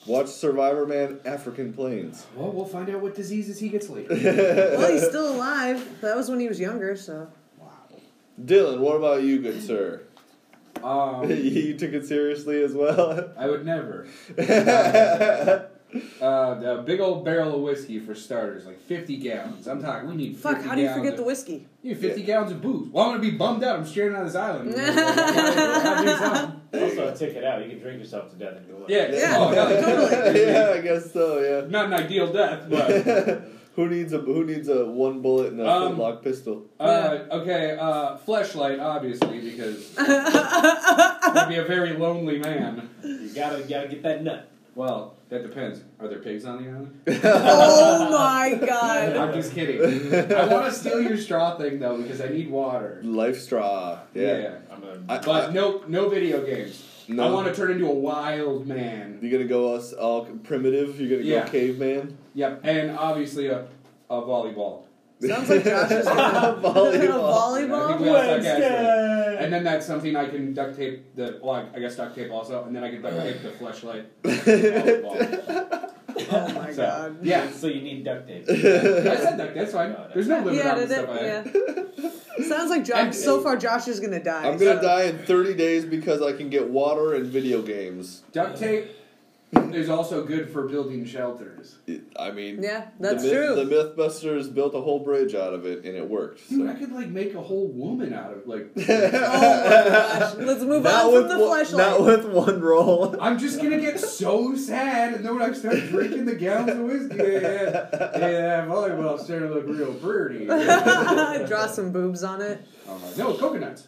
S2: Watch Survivor Man African Plains. [laughs]
S3: Well, we'll find out what diseases he
S1: [laughs]
S3: gets later.
S1: Well, he's
S2: Dylan,
S1: still alive. That was when he was younger, so
S3: wow.
S2: what about you, good sir? [laughs]
S3: Um,
S2: you took it seriously as well. [laughs]
S3: I would never.
S2: yeah,
S3: Uh, a big old barrel of whiskey for starters, like 50 gallons. I'm talking, we need 50
S1: fuck. How do you
S3: gallons
S1: forget
S3: of-
S1: the whiskey? [laughs]
S3: You need 50 gallons of booze. Well, I'm going to be bummed out. I'm stranded on this island.
S1: [laughs]
S3: I'll do something.
S4: Also, take it out. You can drink yourself to death and go.
S3: yeah,
S1: Yeah,
S3: oh, no,
S1: [laughs] totally.
S2: I guess so. Yeah.
S3: [laughs] not an ideal death,
S1: [laughs]
S3: but.
S2: who needs a who needs a one bullet and a
S3: Um,
S2: flintlock
S3: [laughs]
S2: pistol?
S3: Uh, okay, uh, fleshlight,
S1: [laughs]
S3: obviously,
S1: Oh
S3: because I'd be a very lonely man.
S4: You gotta, you gotta get that nut.
S3: Well, that depends. Are there pigs on the island?
S1: oh my god.
S3: I'm just
S1: [laughs]
S3: kidding. I want to steal your straw thing though because I need water.
S2: Life straw. Yeah.
S3: Yeah.
S4: I'm gonna.
S2: I-
S3: But no, no video games.
S2: No.
S3: I want to turn into a wild man.
S2: You're gonna go us all primitive. You're gonna
S3: Yeah.
S2: go caveman.
S3: Yep, and obviously a, a volleyball.
S1: Sounds like Josh is
S2: [laughs]
S1: gonna-
S2: volleyball.
S3: I
S1: [laughs]
S3: think
S1: volleyball.
S3: we all suck ass at it. And then that's something I can duct tape the. Well, I- I guess duct tape also, and then I can duct tape the
S2: [laughs]
S3: flashlight. volleyball.
S1: Oh my
S3: So,
S1: god.
S3: Yeah,
S4: So you need duct tape.
S3: I
S2: [laughs]
S3: said duct. That's fine. There's no limit
S1: Yeah,
S3: on the
S1: that,
S3: stuff. I
S1: that,
S3: [laughs]
S1: yeah. Sounds like Josh.
S3: And-
S1: So far, Josh is gonna die.
S2: I'm gonna
S1: so-
S2: die in 30 days because I can get water and video games.
S3: Duct tape is also good for building shelters.
S2: It- I mean,
S1: Yeah, that's
S2: the
S1: true.
S2: The MythBusters built a whole bridge out of it, and it worked.
S3: Dude, I
S2: So.
S3: could like make a whole woman out
S2: [laughs]
S3: of like.
S1: Mm-hmm. oh my gosh. Let's move
S2: Not
S1: on
S2: with
S1: from the
S2: one,
S1: flashlight.
S2: not with one roll.
S3: I'm just gonna get so sad, and then when I start drinking the gallons of whiskey, yeah, yeah, yeah, volleyball's starting to look real pretty. oh
S1: [laughs] Draw some boobs on it.
S3: my, no, coconuts,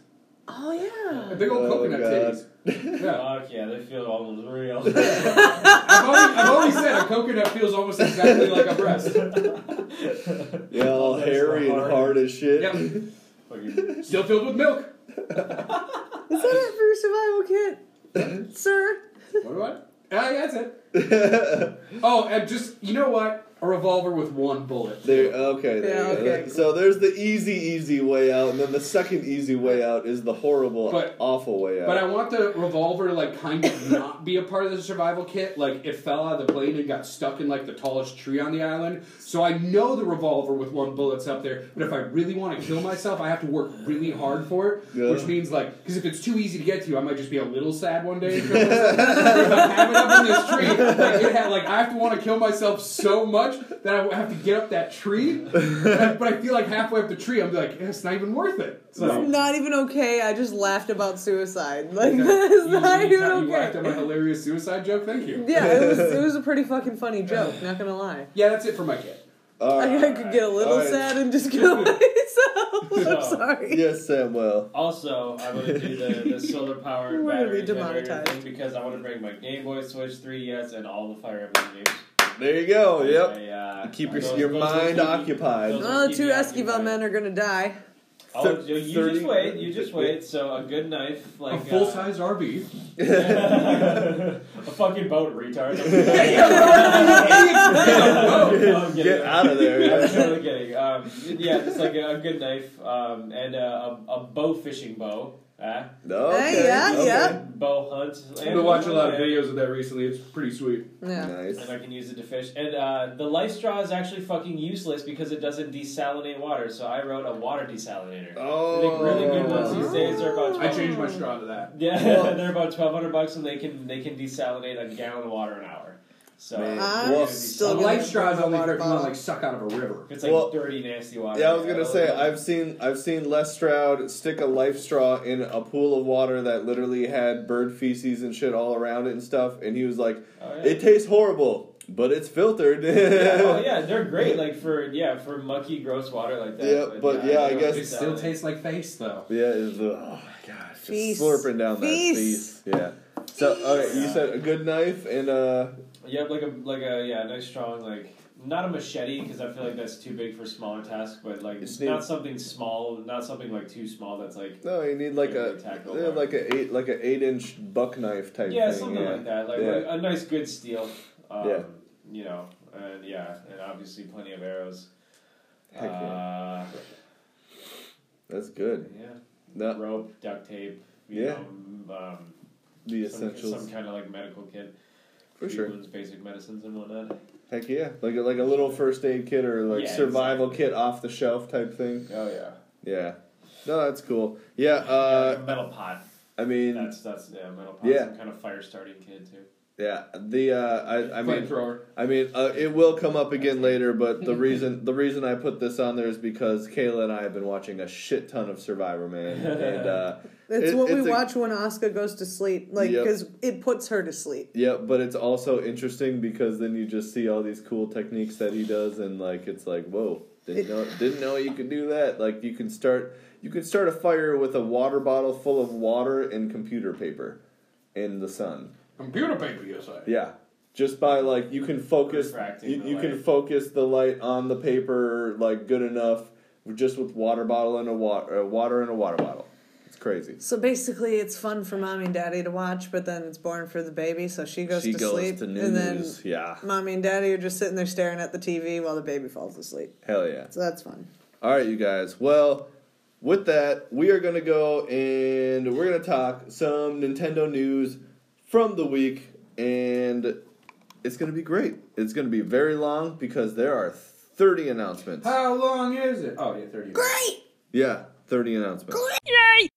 S1: Oh
S3: a
S1: yeah.
S3: big old
S2: Oh,
S3: coconut
S2: God.
S3: titties. Yeah,
S4: Fuck yeah, they feel almost real.
S2: [laughs]
S3: I've always, I've always said a coconut feels almost exactly like a breast.
S2: Yeah, all
S4: That's
S2: hairy and
S4: hard.
S2: hard as shit.
S3: Yep,
S4: Fucking-
S3: still filled with milk.
S1: Is that it for your survival
S3: [laughs]
S1: kit, sir?
S3: What do I? Ah, yeah, that's it. Oh, and just you know what? A revolver with one bullet.
S2: There, okay, there
S1: Yeah,
S2: you go.
S1: okay, cool.
S2: So there's the easy, easy way out, and then the second easy way out is the horrible,
S3: But-
S2: awful way out.
S3: But I want the revolver to like kind of not be a part of the survival kit. Like it fell out of the plane and got stuck in like the tallest tree on the island. So I know the revolver with one bullet's up there. But if I really want to kill myself, I have to work really hard for it.
S2: Yeah.
S3: Which means like because if it's too easy to get to, I might just be a little sad one day. [laughs] and kill myself. if I have it up in this tree, like, it ha- like I have to want to kill myself so much that I have to get up that tree. but I feel like halfway up the tree, I'm like, eh, it's not even worth it. So.
S1: It's not even okay. I just laughed about suicide. Like [laughs]
S3: You-
S1: that is not
S3: uh, you- you
S1: even
S3: laughed at my
S1: okay.
S3: hilarious suicide joke. Thank you.
S1: Yeah, it was
S3: [laughs]
S1: it was a pretty fucking funny joke. Not gonna lie.
S3: Yeah, that's it for my kid.
S2: All
S1: I, [laughs]
S2: right.
S1: I could get a little
S2: Alright.
S1: sad and just
S2: [laughs]
S1: kill myself. I'm
S4: So-
S1: sorry.
S2: Yes, Samuel.
S4: also, I'm gonna do the,
S2: [laughs]
S4: the solar powered
S1: We're gonna be
S4: battery generator
S1: demonetized.
S4: thing because I want to bring my Game Boy, Switch, 3DS, and all the Fire Emblem games.
S2: There you go. Oh, Yep.
S4: I, uh,
S2: Keep your
S4: those-
S2: your
S4: those will keep
S2: mind
S4: me-
S2: occupied.
S4: those-
S1: Well, the Oh, two
S4: Yeah,
S1: Esquivel
S4: you're
S1: men are gonna die.
S4: Oh, you, you
S2: Thirty-
S4: just wait. You
S2: [laughs]
S4: just wait. So a good knife, like
S3: a full size RV.
S4: uh, [laughs] a fucking
S3: [laughs]
S4: boat, retard. I'm kidding.
S2: Get out of there.
S4: I'm
S2: yeah.
S4: totally kidding. Um, yeah, just like a, a good knife um, and a, a, a bow fishing bow. Uh,
S2: Okay,
S1: Hey, yeah,
S2: okay.
S1: yeah.
S4: bow hunt.
S3: I've been watching a lot of videos of that recently. It's pretty sweet.
S1: Yeah.
S2: Nice.
S4: And I can use it to fish. And uh, the life straw is actually fucking useless because it doesn't desalinate water. So I wrote a water desalinator.
S2: Oh.
S4: I think really good ones these days are about.
S3: Oh. I changed my straw to that.
S4: Yeah,
S2: Well-
S4: [laughs] they're about twelve hundred bucks, and they can they can desalinate a gallon of water an hour. So
S2: Man.
S1: I'm
S2: Well,
S1: still
S3: a
S1: gonna
S3: life straw is
S1: burn
S3: only
S1: my
S3: for if you want to
S1: bottle.
S3: like suck out of a river.
S4: it's like
S2: Well-
S4: dirty, nasty water.
S2: Yeah, I was gonna
S4: don't
S2: say
S4: know.
S2: I've seen I've seen Les Stroud stick a life straw in a pool of water that literally had bird feces and shit all around it and stuff, and he was like,
S4: Oh, yeah.
S2: "It tastes horrible, but it's filtered."
S4: [laughs] yeah,
S2: [laughs]
S4: oh yeah, they're great. Like for yeah, for mucky, gross water like that.
S2: Yeah, but yeah, I
S4: they
S2: guess-
S4: don't
S3: It still
S4: desalinate.
S3: tastes like face though.
S2: Yeah, it's, oh my god, just
S1: Feast.
S2: slurping down
S1: Feast.
S2: that feast. Yeah. So okay, you said a good knife and uh,
S4: You have like a like a yeah, nice strong like not a machete because I feel like that's too big for smaller tasks, but like
S2: It's neat.
S4: not something small, not something like too small that's like
S2: no, you need like a
S4: Tackle
S2: yeah,
S4: bar.
S2: like a eight like a eight inch buck knife type.
S4: yeah,
S2: thing,
S4: something
S2: yeah.
S4: like that, like,
S2: Yeah.
S4: like a nice good steel. Um,
S2: Yeah.
S4: you know, and yeah, and obviously plenty of arrows.
S2: Heck yeah.
S4: uh,
S2: That's good.
S4: yeah,
S2: That,
S4: rope, duct tape. You
S2: Yeah.
S4: know, um,
S2: the
S4: some,
S2: essentials
S4: some kind of like medical kit,
S2: for
S4: food,
S2: sure.
S4: wounds, basic medicines, and whatnot.
S2: Heck yeah, like a, like a little first aid kit or like
S4: Yeah,
S2: survival kit off the shelf type thing.
S4: Oh yeah,
S2: Yeah, no, that's cool. Yeah, uh,
S4: like a metal pot.
S2: I mean,
S4: That's that's yeah, metal pot.
S2: Yeah.
S4: Some kind of fire starting kit too.
S2: yeah, the uh, I I mean
S3: Flamethrower.
S2: I mean uh, it will come up again later, but the reason the reason I put this on there is because Kayla and I have been watching a shit ton of Survivor Man, and uh,
S1: It's
S2: It-
S1: what
S2: it's
S1: we
S2: a-
S1: watch when Oscar goes to sleep, like
S2: Yep.
S1: because it puts her to sleep.
S2: yeah, but it's also interesting because then you just see all these cool techniques that he does, and like it's like whoa. Didn't
S1: It-
S2: know, didn't know you could do that. Like you can start, you can start a fire with a water bottle full of water and computer paper in the sun.
S3: Computer paper, you say.
S2: Yeah, just by like you can focus
S4: Refracting
S2: you,
S4: the
S2: you can
S4: light.
S2: focus the light on the paper like good enough just with water bottle and a water uh, water and a water bottle. It's crazy.
S1: So basically, it's fun for mommy and daddy to watch, but then it's boring for the baby, so she goes
S2: she
S1: to
S2: goes
S1: sleep.
S2: to news.
S1: and then
S2: yeah.
S1: mommy and daddy are just sitting there staring at the TV while the baby falls asleep.
S2: Hell yeah.
S1: So that's fun.
S2: All right, you guys. Well, with that, we are going to go and we're going to talk some Nintendo news from the week, and it's going to be great. It's going to be very long because there are 30 announcements.
S3: How long is it? Oh, yeah, 30 minutes.
S2: Yeah, 30 announcements. Yay!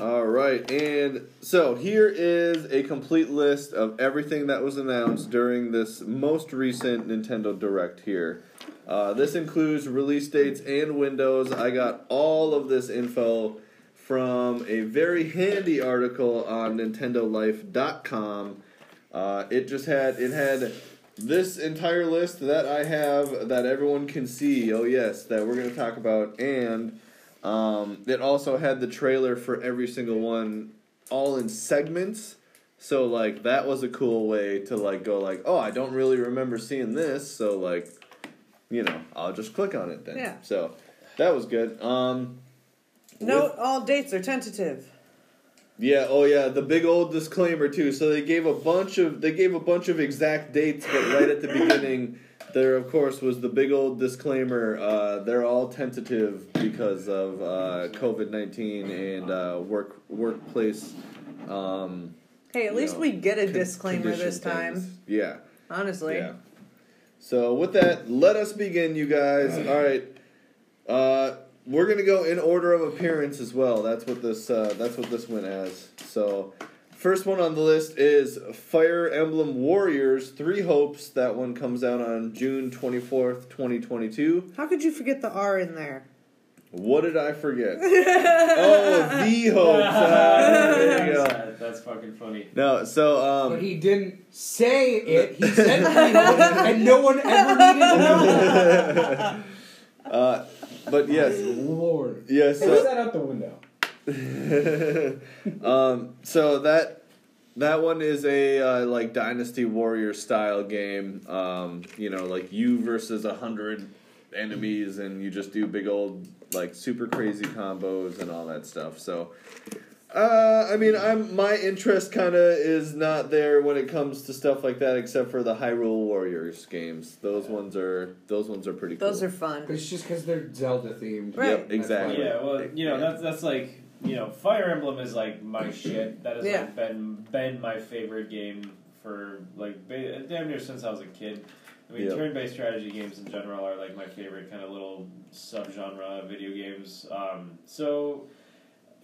S2: All right, and so here is a complete list of everything that was announced during this most recent Nintendo Direct here. Uh, this includes release dates and windows. I got all of this info from a very handy article on nintendolife.com. Uh, it just had it had this entire list that I have that everyone can see. Oh yes, that we're going to talk about, and um, it also had the trailer for every single one, all in segments. So like that was a cool way to like go like oh I don't really remember seeing this so like you know I'll just click on it then
S1: Yeah.
S2: so that was good um
S1: Note all dates are tentative.
S2: yeah, oh yeah, the big old disclaimer too. So they gave a bunch of they gave a bunch of exact dates, but right at the beginning, there of course was the big old disclaimer. Uh, they're all tentative because of uh, COVID nineteen and uh, work workplace. Um,
S1: Hey, at
S2: you
S1: least
S2: know,
S1: we get a
S2: con-
S1: disclaimer
S2: condition
S1: this time.
S2: things. Yeah.
S1: Honestly.
S2: Yeah. So with that, let us begin, you guys. All right, uh, we're gonna go in order of appearance as well. That's what this. Uh, that's what this went as. So, first one on the list is Fire Emblem Warriors: Three Hopes. That one comes out on June twenty fourth, twenty twenty two.
S1: How could you forget the R in there?
S2: What did I [laughs] forget? oh, the hopes. Ah, there you [laughs] go.
S4: [laughs] That's- That's fucking funny.
S2: No, so um,
S3: But he didn't say it. He said it, and no one ever needed to know.
S2: uh, but yes,
S3: Lord.
S2: yes.
S3: Throw
S2: so-
S3: that out the window.
S2: [laughs] um, so that that one is a uh, like Dynasty Warrior style game. Um, you know, like you versus a hundred enemies, and you just do big old like super crazy combos and all that stuff. So. Uh, I mean, I'm my interest kind of is not there when it comes to stuff like that, except for the Hyrule Warriors games. Those ones are those ones are pretty.
S1: Those
S2: cool.
S1: are fun.
S3: It's just because they're Zelda themed.
S1: Right.
S2: Yep, exactly.
S4: Yeah, well, you know, that's that's like you know, Fire Emblem is like my shit. That has
S1: Yeah.
S4: like been been my favorite game for like ba- damn near since I was a kid. I mean,
S2: Yeah.
S4: turn-based strategy games in general are like my favorite kind of little subgenre of video games. Um, so,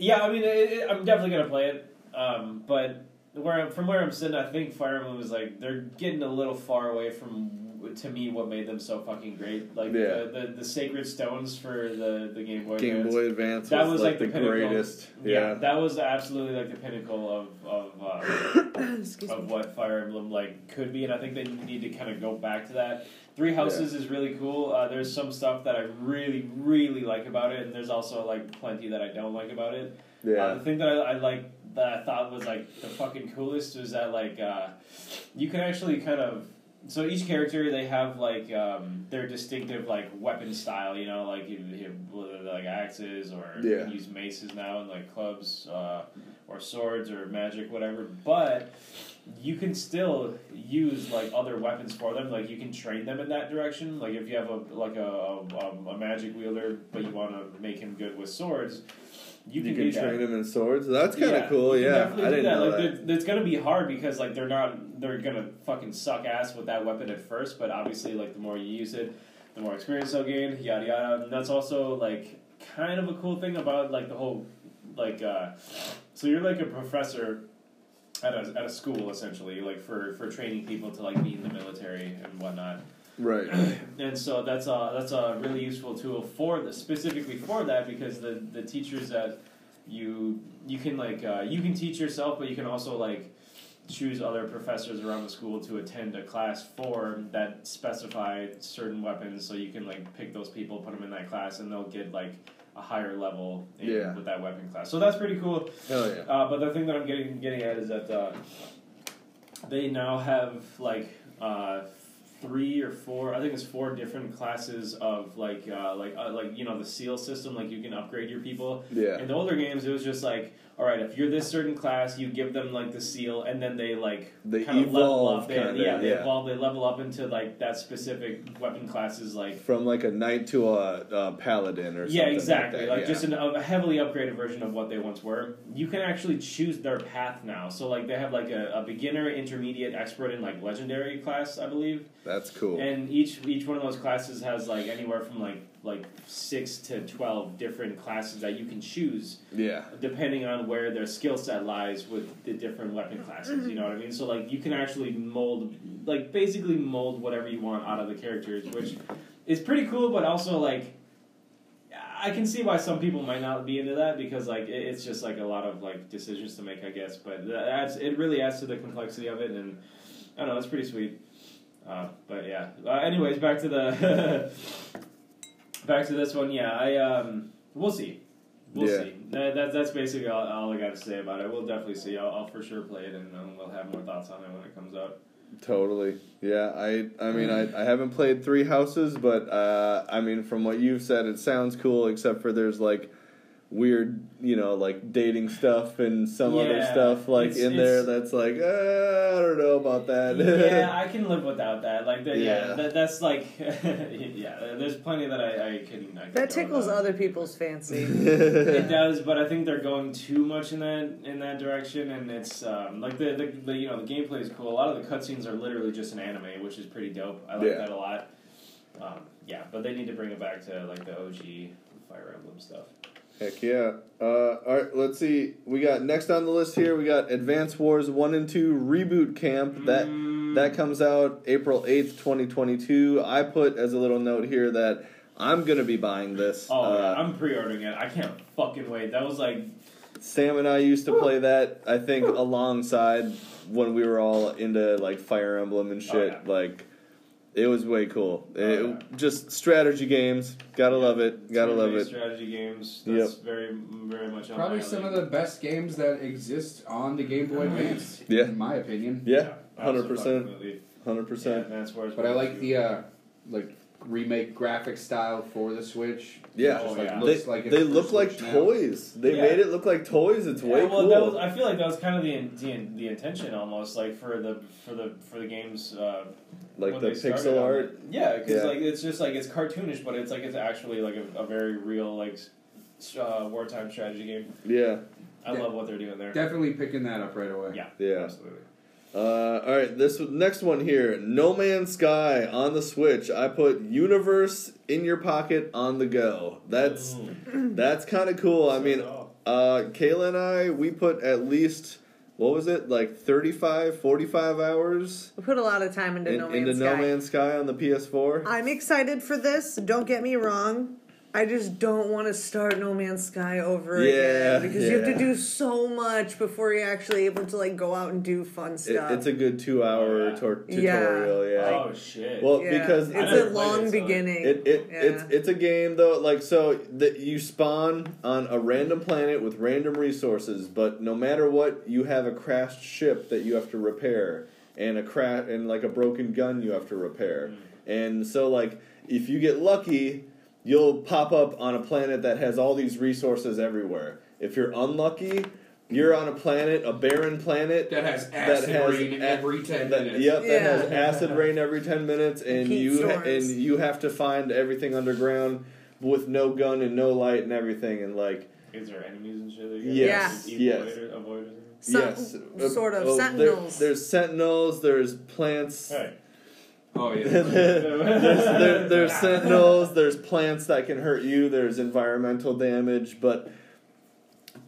S4: yeah, I mean, it, it, I'm definitely gonna play it. Um, but where I'm- from where I'm sitting, I think Fire Emblem is like they're getting a little far away from to me what made them so fucking great. Like
S2: Yeah.
S4: the, the the sacred stones for the the Game Boy.
S2: Game
S4: Advance.
S2: Boy Advance.
S4: That
S2: was,
S4: was,
S2: like,
S4: like, the
S2: the
S4: pinnacle.
S2: greatest.
S4: Yeah, that was absolutely like the pinnacle of of, uh,
S1: Excuse
S2: Oh.
S4: of
S1: me.
S4: what Fire Emblem like could be, and I think they need to kind of go back to that. Three Houses is really cool. Uh, there's some stuff that I really really like about it, and there's also like plenty that I don't like about it. Uh, the thing that I, I like that I thought was like the fucking coolest was that like uh, you can actually kind of so each character they have like um, their distinctive like weapon style. You know, like you, you whether they're, like axes or you
S2: Yeah.
S4: use maces now and like clubs uh, or swords or magic whatever, but. You can still use like other weapons for them. Like you can train them in that direction. Like if you have a like a, a, um, a magic wielder, but you want to make him good with swords, you,
S2: You can,
S4: do that.
S2: train them in swords. That's kind of
S4: Yeah,
S2: cool.
S4: you can
S2: Yeah, I
S4: definitely do
S2: didn't know
S4: Like,
S2: that.
S4: there- It's gonna be hard because like they're not they're gonna fucking suck ass with that weapon at first, but obviously like the more you use it, the more experience they'll gain. Yada yada. And that's also like kind of a cool thing about like the whole like uh, so you're like a professor. At a, at a school essentially like for, for training people to like be in the military and whatnot [clears throat]
S2: Right.
S4: and so that's a that's a really useful tool for the, specifically for that because the the teachers that you you can like uh, you can teach yourself, but you can also like choose other professors around the school to attend a class for that specify certain weapons, so you can like pick those people, put them in that class, and they'll get like a higher level in,
S2: Yeah.
S4: with that weapon class. So that's pretty cool.
S2: Hell yeah.
S4: Uh, but the thing that I'm getting getting at is that uh, they now have like uh, three or four. I think it's four different classes of like uh, like uh, like you know the seal system. Like you can upgrade your people.
S2: Yeah.
S4: In the older games, it was just like, all right, if you're this certain class, you give them like the seal, and then they like
S2: They
S4: kind of level
S2: evolve,
S4: up. They,
S2: kinda,
S4: yeah, they
S2: yeah.
S4: evolve. They level up into like that specific weapon classes. Like
S2: From like a knight to a, a paladin or
S4: yeah,
S2: something.
S4: exactly.
S2: Like,
S4: Like,
S2: that, yeah.
S4: just an, a heavily upgraded version of what they once were. You can actually choose their path now. So like they have like a, a beginner, intermediate, expert, and like legendary class, I believe.
S2: That's cool.
S4: And each each one of those classes has like anywhere from like like six to twelve different classes that you can choose
S2: yeah.
S4: depending on where their skill set lies with the different weapon classes. You know what I mean? So like you can actually mold, like basically mold whatever you want out of the characters, which is pretty cool. But also like, I can see why some people might not be into that because like it- it's just like a lot of like decisions to make, I guess. But that adds it really adds to the complexity of it, and I don't know, it's pretty sweet. Uh, but yeah. Uh, anyways, back to the [laughs] back to this one. Yeah, I um, we'll see. We'll
S2: Yeah.
S4: see. That, that, that's basically all, all I got to say about it. We'll definitely see. I'll, I'll for sure play it, and um, we'll have more thoughts on it when it comes out.
S2: Totally. Yeah, I I mean
S4: Mm.
S2: I, I haven't played Three Houses, but uh, I mean from what you've said it sounds cool except for there's like weird, you know, like dating stuff and some other
S4: Yeah,
S2: stuff like
S4: it's-
S2: in there
S4: it's-
S2: that's like uh, I don't know about that.
S4: [laughs] yeah,
S2: [laughs]
S4: I can live without that. Like, that, yeah,
S2: Yeah.
S4: that, that's like, [laughs] yeah. There's plenty that I, I can. I can
S1: That
S4: go
S1: tickles
S4: without.
S1: other people's
S2: [laughs]
S1: fancy.
S4: It does, but I think they're going too much in that in that direction, and it's um, like the, the, the you know the gameplay is cool. A lot of the cutscenes are literally just an anime, which is pretty dope. I like
S2: Yeah.
S4: that a lot. Um, yeah, but they need to bring it back to like the OG Fire Emblem stuff.
S2: Heck yeah. Uh, all right, let's see. We got next on the list here. We got Advance Wars One and Two Reboot Camp. That
S4: Mm.
S2: that comes out April eighth, twenty twenty two. I put as a little note here that I'm gonna be buying this.
S4: Oh,
S2: Uh,
S4: yeah, I'm pre-ordering it. I can't fucking wait. That was like,
S2: Sam and I used to play that. I think alongside when we were all into like Fire Emblem and shit.
S4: Oh, yeah. Oh,
S2: Like it was way cool. It-
S4: yeah.
S2: Just strategy games. Gotta love it. Gotta love
S4: turn-based
S2: it.
S4: Strategy games. That's very, very much. on
S3: Probably
S4: my
S3: some of
S4: alley.
S3: the best games that exist on the Game Boy Advance,
S2: Yeah.
S3: in my opinion.
S2: Yeah, hundred percent,
S4: absolutely.
S2: hundred
S4: Yeah,
S2: percent.
S4: that's where. it's
S3: But I
S4: supposed
S3: like
S4: to
S3: the uh, like remake graphic style for the Switch.
S2: Yeah.
S3: It
S4: Oh,
S3: just, like,
S4: yeah.
S2: They,
S3: looks like it's
S2: they look like
S3: for Switch now.
S2: toys. They
S4: Yeah.
S2: made it look like toys. It's way
S4: yeah, well,
S2: cool.
S4: that was, I feel like that was kind of the, in- the in- the intention almost, like for the for the for the games. Uh,
S2: like
S4: when
S2: the
S4: they started
S2: pixel
S4: on
S2: art.
S4: it. Yeah, because
S2: Yeah.
S4: like it's just like it's cartoonish, but it's like it's actually like a, a very real like s- s- uh, wartime strategy game.
S2: Yeah,
S4: I
S3: Yeah.
S4: love what they're doing there.
S3: Definitely picking that up right away.
S4: Yeah.
S2: yeah.
S4: Absolutely.
S2: Uh, all right, this one- next one here, No Man's Sky on the Switch. I put Universe in your pocket on the go. That's
S4: Mm.
S2: that's kind of cool. I mean,
S4: So-
S2: uh, Kayla and I we put at least what was it like 35, 45 hours
S1: We put a lot of time into
S2: in,
S1: No Man's
S2: into
S1: Sky.
S2: No Man's Sky on the PS4.
S1: I'm excited for this. Don't get me wrong. I just don't want to start No Man's Sky over
S2: Yeah,
S1: again because you have
S2: yeah.
S1: to do so much before you're actually able to like go out and do fun
S2: It-
S1: stuff.
S2: it's a good two-hour
S4: Yeah.
S2: tor-
S1: Yeah.
S2: tutorial. Yeah.
S4: oh shit.
S2: Well,
S1: Yeah,
S2: because
S4: I
S1: it's
S4: never
S1: a
S4: played
S1: long
S4: it, so-
S1: beginning.
S2: It, it
S1: Yeah.
S2: it's it's a game though. Like so, that you spawn on a random planet with random resources, but no matter what, you have a crashed ship that you have to repair, and a cra- and like a broken gun you have to repair, and so like if you get lucky, you'll pop up on a planet that has all these resources everywhere. If you're unlucky. You're on a planet, a barren planet
S3: That has
S2: that
S3: acid
S2: has
S3: rain
S2: a-
S3: every ten
S2: that,
S3: minutes.
S2: Yep,
S1: Yeah.
S2: that has acid rain every ten minutes, and
S1: Heat
S2: you ha- and
S1: storms.
S2: you have to find everything underground with no gun and no light and everything, and like
S4: is there enemies and shit? That you
S2: Yes,
S4: gotta
S2: yes.
S4: avoid or- avoid or something?
S1: Some- uh,
S2: yes,
S1: sort of
S2: Oh, there-
S1: sentinels.
S2: there's sentinels. There's [laughs] plants.
S4: All right.
S3: Oh
S2: [laughs]
S3: yeah.
S2: there's,
S4: [laughs]
S2: there, there's sentinels. There's plants that can hurt you. There's environmental damage, but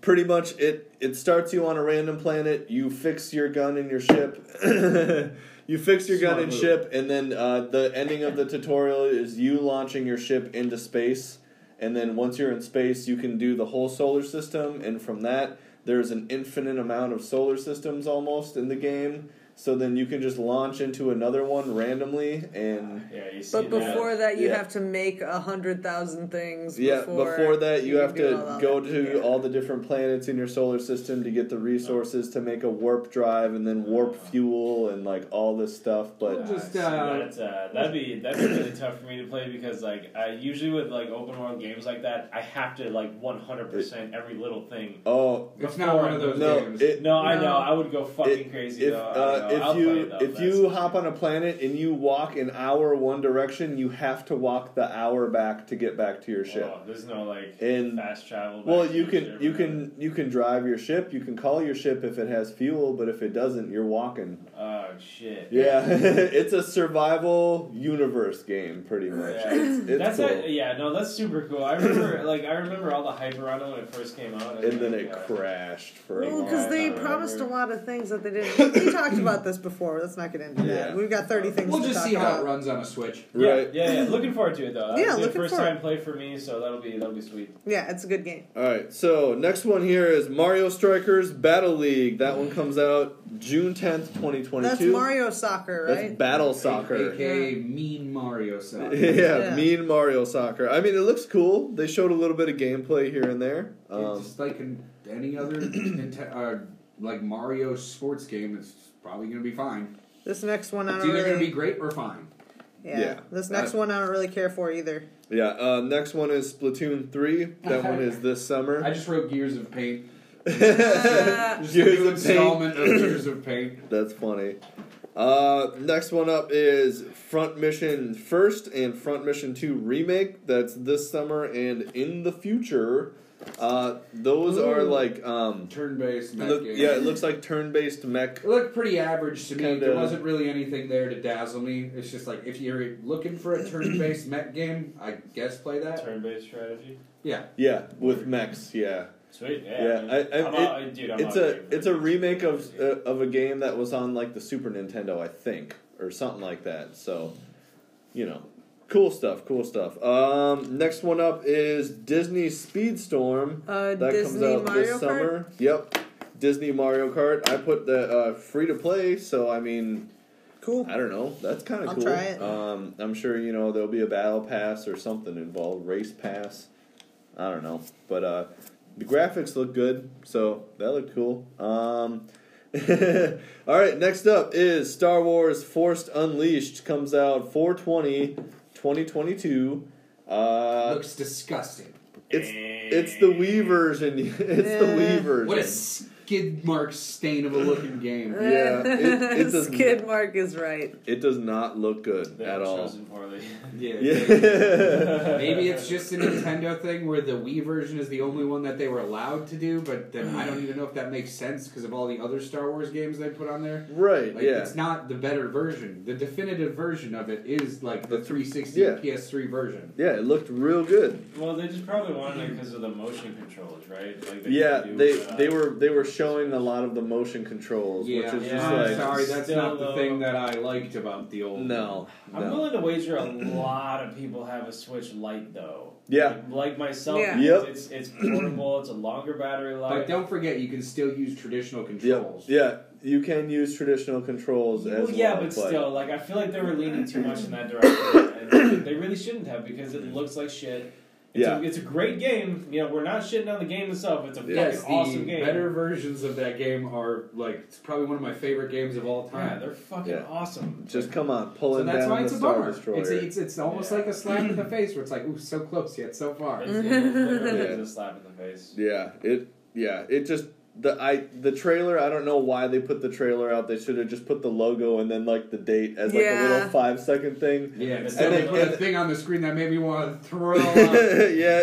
S2: pretty much it it starts you on a random planet. You fix your gun and your ship. [laughs] you fix your gun
S3: Smart
S2: and
S3: move.
S2: ship, and then uh, the ending of the tutorial is you launching your ship into space. And then once you're in space, you can do the whole solar system, and from that, there's an infinite amount of solar systems almost in the game. So then you can just launch into another one randomly and
S4: Yeah, you see
S1: But
S4: that.
S1: before that, you
S2: Yeah.
S1: have to make a hundred thousand things.
S2: yeah,
S1: before,
S2: before that you have
S1: can do
S2: to
S1: all
S2: go
S1: that.
S2: to
S1: Yeah.
S2: all the different planets in your solar system to get the resources to make a warp drive and then warp fuel and like all this stuff. But
S3: Well, just,
S4: See,
S3: uh,
S4: that's, uh, that'd be that'd be really tough for me to play because like I usually with like open world games like that I have to like one hundred percent every little thing.
S2: oh
S3: It's not one of those
S2: no,
S3: games.
S2: it,
S4: No, I
S1: No.
S4: know I would go fucking
S2: If-
S4: crazy
S2: if
S4: though.
S2: uh,
S4: I know. I'll
S2: if
S4: play it,
S2: you
S4: though,
S2: if
S4: that's-
S2: you hop on a planet and you walk an hour one direction, you have to walk the hour back to get back to your ship.
S4: Well, Oh, there's no like
S2: And-
S4: fast travel.
S2: Well,
S4: back to
S2: you
S4: the
S2: can
S4: ship
S2: you
S4: or
S2: can you can drive your ship. You can call your ship if it has fuel, but if it doesn't, you're walking.
S4: whatever. Oh shit.
S2: Yeah, [laughs] it's a survival universe game, pretty much.
S4: Yeah.
S2: It's, it's
S4: that's
S2: cool.
S4: a- yeah, no, that's super cool. I remember, [coughs] like, I remember all the hype around it when it first came out.
S2: and then
S4: like,
S2: it
S4: uh,
S2: crashed for a
S1: Well,
S2: long
S1: because
S2: time.
S1: they
S4: Yeah.
S1: promised a lot of things that they didn't. We talked
S3: [coughs]
S1: about this before. Let's not get into
S2: Yeah.
S1: that. We've got thirty things.
S3: We'll
S1: to
S3: just
S1: talk
S3: see how
S1: about.
S3: it runs on a Switch.
S4: Yeah,
S2: right.
S4: Yeah, yeah, Looking forward to it though. That
S1: Yeah,
S4: was the
S1: looking
S4: first
S1: forward.
S4: time play for me, so that'll be that'll be sweet.
S1: Yeah, it's a good game.
S2: All right. So next one here is Mario Strikers Battle League. That one comes out June tenth, twenty twenty two.
S1: That's Mario Soccer,
S2: That's
S1: right?
S2: Battle Soccer.
S3: AKA Mean Mario
S2: [laughs]
S3: Soccer.
S2: yeah,
S1: Yeah.
S2: mean Mario Soccer. I mean, it looks cool. They showed a little bit of gameplay here and there.
S3: It's
S2: Um,
S3: just like an, any
S2: [clears throat]
S3: other Ninte- uh, like Mario sports game, it's probably going to be fine.
S1: This next one I
S3: It's
S1: don't
S3: either going to be
S1: really.
S3: great or fine.
S1: Yeah.
S2: Yeah.
S3: Uh,
S1: This next one I don't really care for either.
S2: yeah. Uh, next one is Splatoon three. That one is this summer. [laughs]
S3: [laughs] I just wrote Gears of Paint.
S1: Uh,
S3: Just
S2: Gears
S3: a new
S2: of Paint. [clears throat]
S3: installment of Gears of Paint.
S2: That's funny. Uh, next one up is Front Mission First and Front Mission Two Remake. That's this summer and in the future. Uh, those are
S3: Ooh.
S2: like um,
S3: Turn-based mech
S2: look,
S3: game.
S2: yeah, it looks like turn-based mech.
S3: It looked pretty average to me. There
S2: Kinda-
S3: wasn't really anything there to dazzle me. It's just like if you're looking for a turn-based mech game, I guess play that.
S4: Turn-based strategy.
S3: Yeah,
S2: Yeah, with mechs. Yeah,
S4: Sweet. Yeah.
S2: Yeah,
S4: mean,
S2: I- I-
S4: I'm
S2: it-
S4: out- dude, I'm
S2: it's
S4: out
S2: a
S4: here for
S2: it's a
S4: this.
S2: remake of uh, of a game that was on like the Super Nintendo, I think, or something like that. So, you know, cool stuff, cool stuff. Um, next one up is Disney Speedstorm.
S1: uh,
S2: That
S1: Disney
S2: comes out
S1: Mario
S2: this
S1: Kart.
S2: summer. Yep. Disney Mario Kart. I put the uh, free to play, so I mean,
S1: Cool.
S2: I don't know. That's kind of
S1: I'll
S2: cool.
S1: try it.
S2: Um, I'm sure you know there'll be a battle pass or something involved, race pass. I don't know, but uh, the graphics look good, so that looked cool. Um, [laughs] all right, next up is Star Wars Forced Unleashed. Comes out 420 2022. Uh,
S3: looks disgusting.
S2: it's it's the Wii version. [laughs] it's the
S1: Yeah.
S2: Wii version.
S3: What a skid mark stain of a looking game.
S1: [laughs]
S2: [laughs] Yeah, it- it does-
S1: Skid Mark is right
S2: It does not look good
S4: They
S2: at
S4: were
S2: all.
S4: chosen
S2: [laughs]
S4: poorly.
S2: Yeah.
S3: Maybe it's just a Nintendo thing where the Wii version is the only one that they were allowed to do, but then
S2: [sighs]
S3: I don't even know if that makes sense because of all the other Star Wars games they put on there.
S2: right.
S3: Like,
S2: yeah.
S3: It's not the better version. The definitive version of it is like the 360
S2: Yeah.
S3: PS3 version.
S2: Yeah, it looked real good.
S4: [laughs] well, they just probably wanted it because of the motion controls, right? Like they
S2: Yeah,
S4: do,
S2: they
S4: uh,
S2: they were they were showing a lot of the motion controls,
S3: Yeah,
S2: which is
S4: Yeah.
S2: just
S3: I'm
S2: like
S3: sorry, that's
S4: Still um,
S3: not the
S4: though-
S3: thing that I liked about the old.
S2: no,
S4: I'm
S2: no.
S4: willing to wager a lot of people have a Switch Lite though.
S2: Yeah.
S4: Like myself,
S1: Yeah.
S2: Yep.
S4: it's it's portable. It's a longer battery life.
S3: But don't forget, you can still use traditional
S2: Yep.
S3: controls.
S2: Yeah, you can use traditional controls as
S4: Well, yeah,
S2: well,
S4: but still, like I feel like they were leaning too much in that direction, and they really shouldn't have because it looks like shit. It's,
S2: Yeah.
S4: a, it's a great game. You know, we're not shitting on the game itself. It's a fucking
S3: Yes, the
S4: awesome game.
S3: better versions of that game are like it's probably one of my favorite games of all
S4: yeah,
S3: time.
S4: they're fucking
S2: Yeah.
S4: awesome.
S2: just come on, pulling
S3: so that's
S2: down
S3: why
S2: the
S3: it's a
S2: Star
S3: bummer.
S2: Destroyer.
S3: It's, it's it's almost
S4: Yeah.
S3: like a slap
S4: [clears throat]
S3: in the face where it's like, ooh, so close yet so far. [laughs]
S4: It's,
S1: [laughs]
S4: literally
S2: Yeah.
S4: just a slap in the face.
S2: yeah, it yeah, it just the I the trailer. I don't know why they put the trailer out. They should have just put the logo and then like the date as like a
S1: Yeah.
S2: little five second thing.
S4: [clears throat]
S3: Yeah,
S4: And
S3: instead
S2: then-
S3: they put
S2: and-
S3: a thing on the screen that made me want to throw
S2: [laughs]
S3: up.
S2: yeah,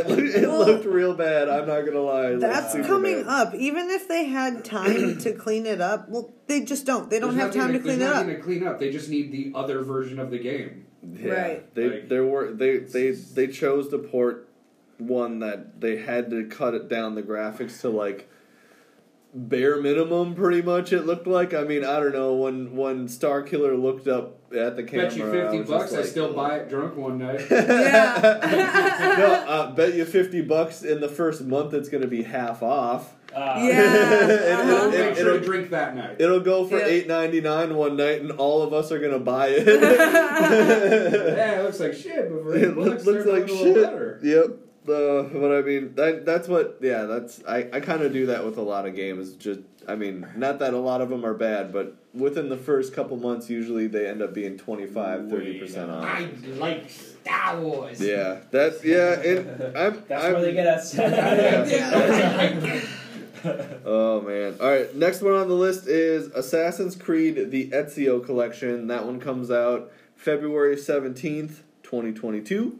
S2: it, looked, it
S1: Well,
S2: looked real bad. I'm not gonna lie. It
S1: that's
S2: looked super
S1: coming
S2: bad.
S1: up even if they had time to clean it up well they just don't they don't
S3: There's
S1: have time to
S3: nothing
S1: clean it
S3: there's
S1: up
S3: nothing to clean up. They just need the other version of the game.
S2: Yeah,
S1: Right.
S2: They
S4: Like-
S2: there were they they they chose to port one that they had to cut it down the graphics to like bare minimum pretty much it looked like i mean i don't know when when star killer looked up at the camera
S3: Bet you fifty
S2: I was uh, just
S3: bucks, I
S2: like, uh,
S3: still
S2: [laughs]
S3: buy it drunk one night.
S1: yeah
S2: no uh, bet you 50 bucks in the first month it's going to be half off
S4: Oh, Uh,
S2: [laughs]
S1: Yeah.
S2: It'll-
S3: We'll
S1: uh-huh.
S2: it-
S3: make sure
S2: it'll-
S3: to drink that
S2: [laughs]
S3: night.
S2: It'll go for
S1: Yeah.
S2: eight ninety nine one night, and all of us are gonna
S1: [laughs]
S2: buy it. [laughs]
S3: yeah, it looks like shit, but for eight
S2: it
S3: bucks,
S2: looks, looks
S3: they're doing
S2: like
S3: a little
S2: shit.
S3: better.
S2: Yep. Uh, but I mean, that, that's what. Yeah, that's. I, I kind of do that with a lot of games. Just, I mean, not that a lot of them are bad, but within the first couple months, usually they end up being 25, 30 percent off.
S5: I like Star Wars.
S2: Yeah, that's yeah. It, I'm,
S4: [laughs] That's
S2: I'm,
S4: where they get us.
S1: [laughs]
S2: Oh man! All right, next one on the list is Assassin's Creed: The Ezio Collection. That one comes out February seventeenth, twenty twenty-two.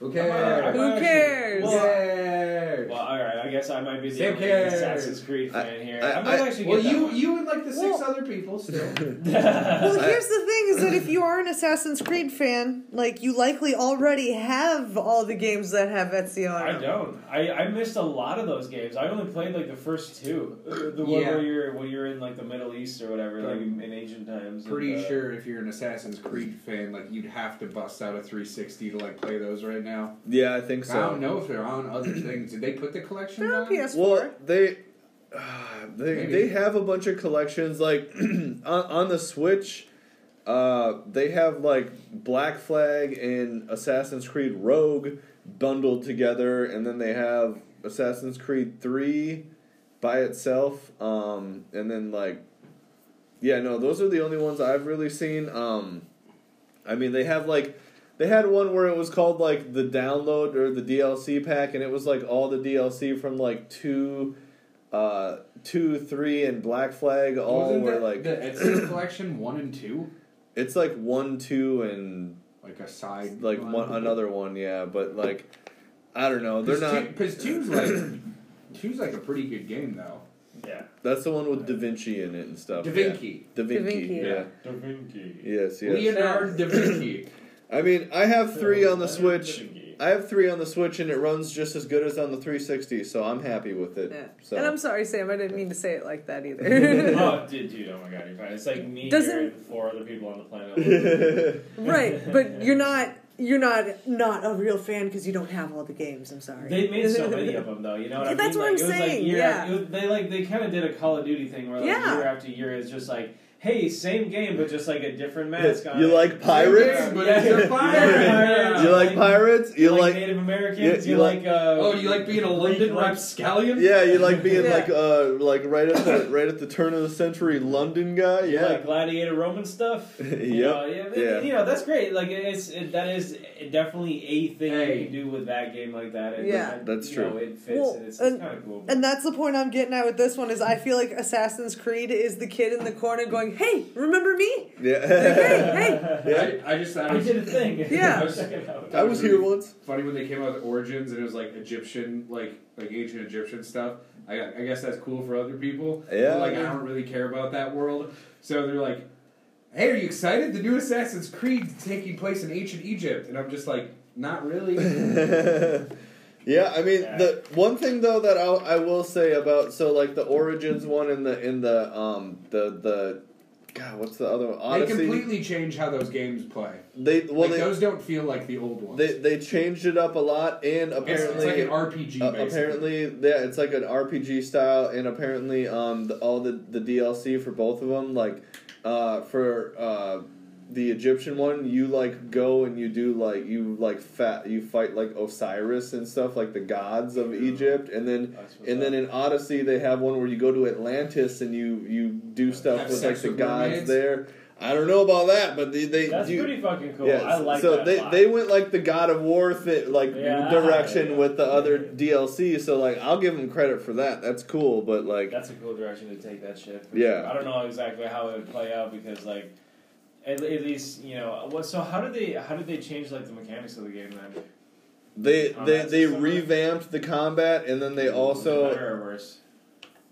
S3: Who
S4: cares?
S3: cares?
S1: Who cares?
S4: Well,
S3: Who cares?
S4: well, all right. I guess I might be the
S3: Who
S4: only
S3: cares?
S4: Assassin's Creed fan here.
S2: I-
S4: I, might
S2: I-
S4: actually get
S3: Well,
S4: that
S3: you
S4: [laughs] one.
S3: you and like the six
S1: Well-
S3: other people
S2: [laughs]
S3: still.
S1: Well, here's the thing: is that if you are an Assassin's Creed fan, like you likely already have all the games that have Ezio
S4: I
S1: on them.
S4: don't. I, I missed a lot of those games. I only played like the first two. Uh, The one
S3: Yeah.
S4: where you're when you're in like the Middle East or whatever, like
S3: I'm
S4: in ancient times. and,
S3: Pretty
S4: uh,
S3: sure if you're an Assassin's Creed fan, like you'd have to bust out a 360 to like play those right now.
S2: Yeah, I think
S3: I don't
S2: so.
S3: know if they're on other things. Did they put the collection
S1: They're
S3: on?
S1: on PS4.
S2: Well, they ah, they
S3: Maybe.
S2: they have a bunch of collections like [clears throat] on, on the Switch. Uh, they have like Black Flag and Assassin's Creed Rogue bundled together, and then they have Assassin's Creed Three by itself. Um, and then like, yeah, no, those are the only ones I've really seen. Um, I mean, they have like they had one where it was called like the download or the DLC pack, and it was like all the DLC from like two, uh, two, three, and Black Flag all
S3: Wasn't
S2: were
S3: that
S2: like
S3: the Etsy [coughs] collection one and two,
S2: it's like one, two, and
S3: like a side
S2: like one another one, yeah. But like, I don't know, they're
S3: Because
S2: not.
S3: two's like two's like a pretty good game though.
S4: Yeah.
S2: That's the one with Da Vinci in it and stuff.
S3: Da
S2: Oh, yeah.
S3: Vinci,
S2: Da Vinci,
S1: Vinci.
S2: yeah.
S4: Da Vinci.
S2: Yes, yes.
S3: Leonardo da Vinci.
S2: I mean, I have three on the Switch.
S4: Da
S2: [laughs]
S4: Vinci.
S2: I have three on the Switch, and it runs just as good as on the 360, so I'm happy with it.
S1: Yeah.
S2: So.
S1: And I'm sorry, Sam. I didn't mean to say it like that
S2: [laughs]
S1: either.
S4: oh, dude, dude, oh my god, you're fine. It's like me
S1: Doesn't-
S4: here and four other people on the planet.
S1: [laughs]
S2: [laughs]
S1: right, but you're not. You're not not a real fan because you don't have all the games. I'm sorry.
S4: They
S1: [laughs]
S4: made so many of them, though. You know what I
S1: Yeah,
S4: mean?
S1: that's what
S4: like,
S1: I'm
S4: it was
S1: saying,
S4: Like year,
S1: yeah.
S4: it was- they like they kind of did a Call of Duty thing where like
S1: Yeah.
S4: year after year it's just like, hey, same game but just like a different mask on.
S2: you
S4: it.
S2: like [laughs] pirates?
S3: Yeah, but
S4: Yeah.
S3: it's a pirate.
S2: You like pirates? You like,
S4: Native Americans?
S2: Yeah,
S4: you,
S2: you
S4: like, uh,
S3: Oh, you like being a London
S4: like-
S3: rapscallion?
S2: yeah, you like being
S1: Yeah.
S2: like uh like right at the right at the turn of the century London guy?
S4: You
S2: Yeah.
S4: like gladiator
S2: [laughs]
S4: Roman stuff.
S2: Yep.
S4: You know, yeah,
S2: Yeah.
S4: you know that's great. Like it's it, that is definitely a thing
S3: Hey.
S4: you can do with that game like that. And,
S1: Yeah.
S4: and,
S2: That's
S4: you
S2: true.
S4: Know, it fits.
S1: Well,
S4: and it's,
S1: and-
S4: kind of cool.
S1: And that's the point I'm getting at with this one is I feel like Assassin's Creed is the kid in the corner going, "Hey, remember me?
S2: [laughs]
S1: [laughs]
S2: yeah. [laughs]
S1: hey,
S3: I, I just I
S4: I
S3: was
S4: did a thing.
S1: Yeah.
S4: [laughs] I was checking it out.
S2: I was here once. [laughs]
S3: funny when they came out with Origins and it was like Egyptian, like like ancient Egyptian stuff. I, I guess that's cool for other people.
S2: Yeah.
S3: But, like I don't really care about that world. So they're like, "Hey, are you excited? The new Assassin's Creed taking place in ancient Egypt?" And I'm just like,
S2: [laughs]
S3: "Not really."
S2: yeah, I mean the one thing though that I'll, I will say about so like the origins one in the in the um the the God what's the other one
S3: they
S2: Odyssey
S3: completely change how those games play.
S2: they well
S3: like
S2: they,
S3: those don't feel like the old ones.
S2: they they changed it up a lot and
S3: it's, it's
S2: apparently
S3: like an RPG.
S2: Uh,
S3: basically.
S2: apparently, yeah, it's like an RPG style, and apparently, um, the, all the the DLC for both of them, like, uh, for uh, the Egyptian one, you like go and you do like you like fat you fight like Osiris and stuff, like the gods of Egypt, and then
S4: That's what's
S2: and then
S4: up.
S2: in Odyssey they have one where you go to Atlantis and you you do stuff
S3: Have
S2: with
S3: sex
S2: like the
S3: with
S2: gods
S3: mermaids?
S2: there. I don't know about that, but they, they
S4: that's
S2: you,
S4: pretty fucking cool.
S2: yeah,
S4: I like
S2: so
S4: that.
S2: they
S4: a lot.
S2: they went like the God of War fit like
S4: Yeah.
S2: direction with the other DLC. So like I'll give them credit for that. That's cool, but like
S4: That's a cool direction to take that shit. for
S2: Yeah.
S4: sure. I don't know exactly how it would play out because like. At, at least you know. What, so how did they how did they change like the mechanics of the game then?
S2: they they
S4: Combat's
S2: they
S4: similar.
S2: revamped the combat and then they also
S4: better or worse.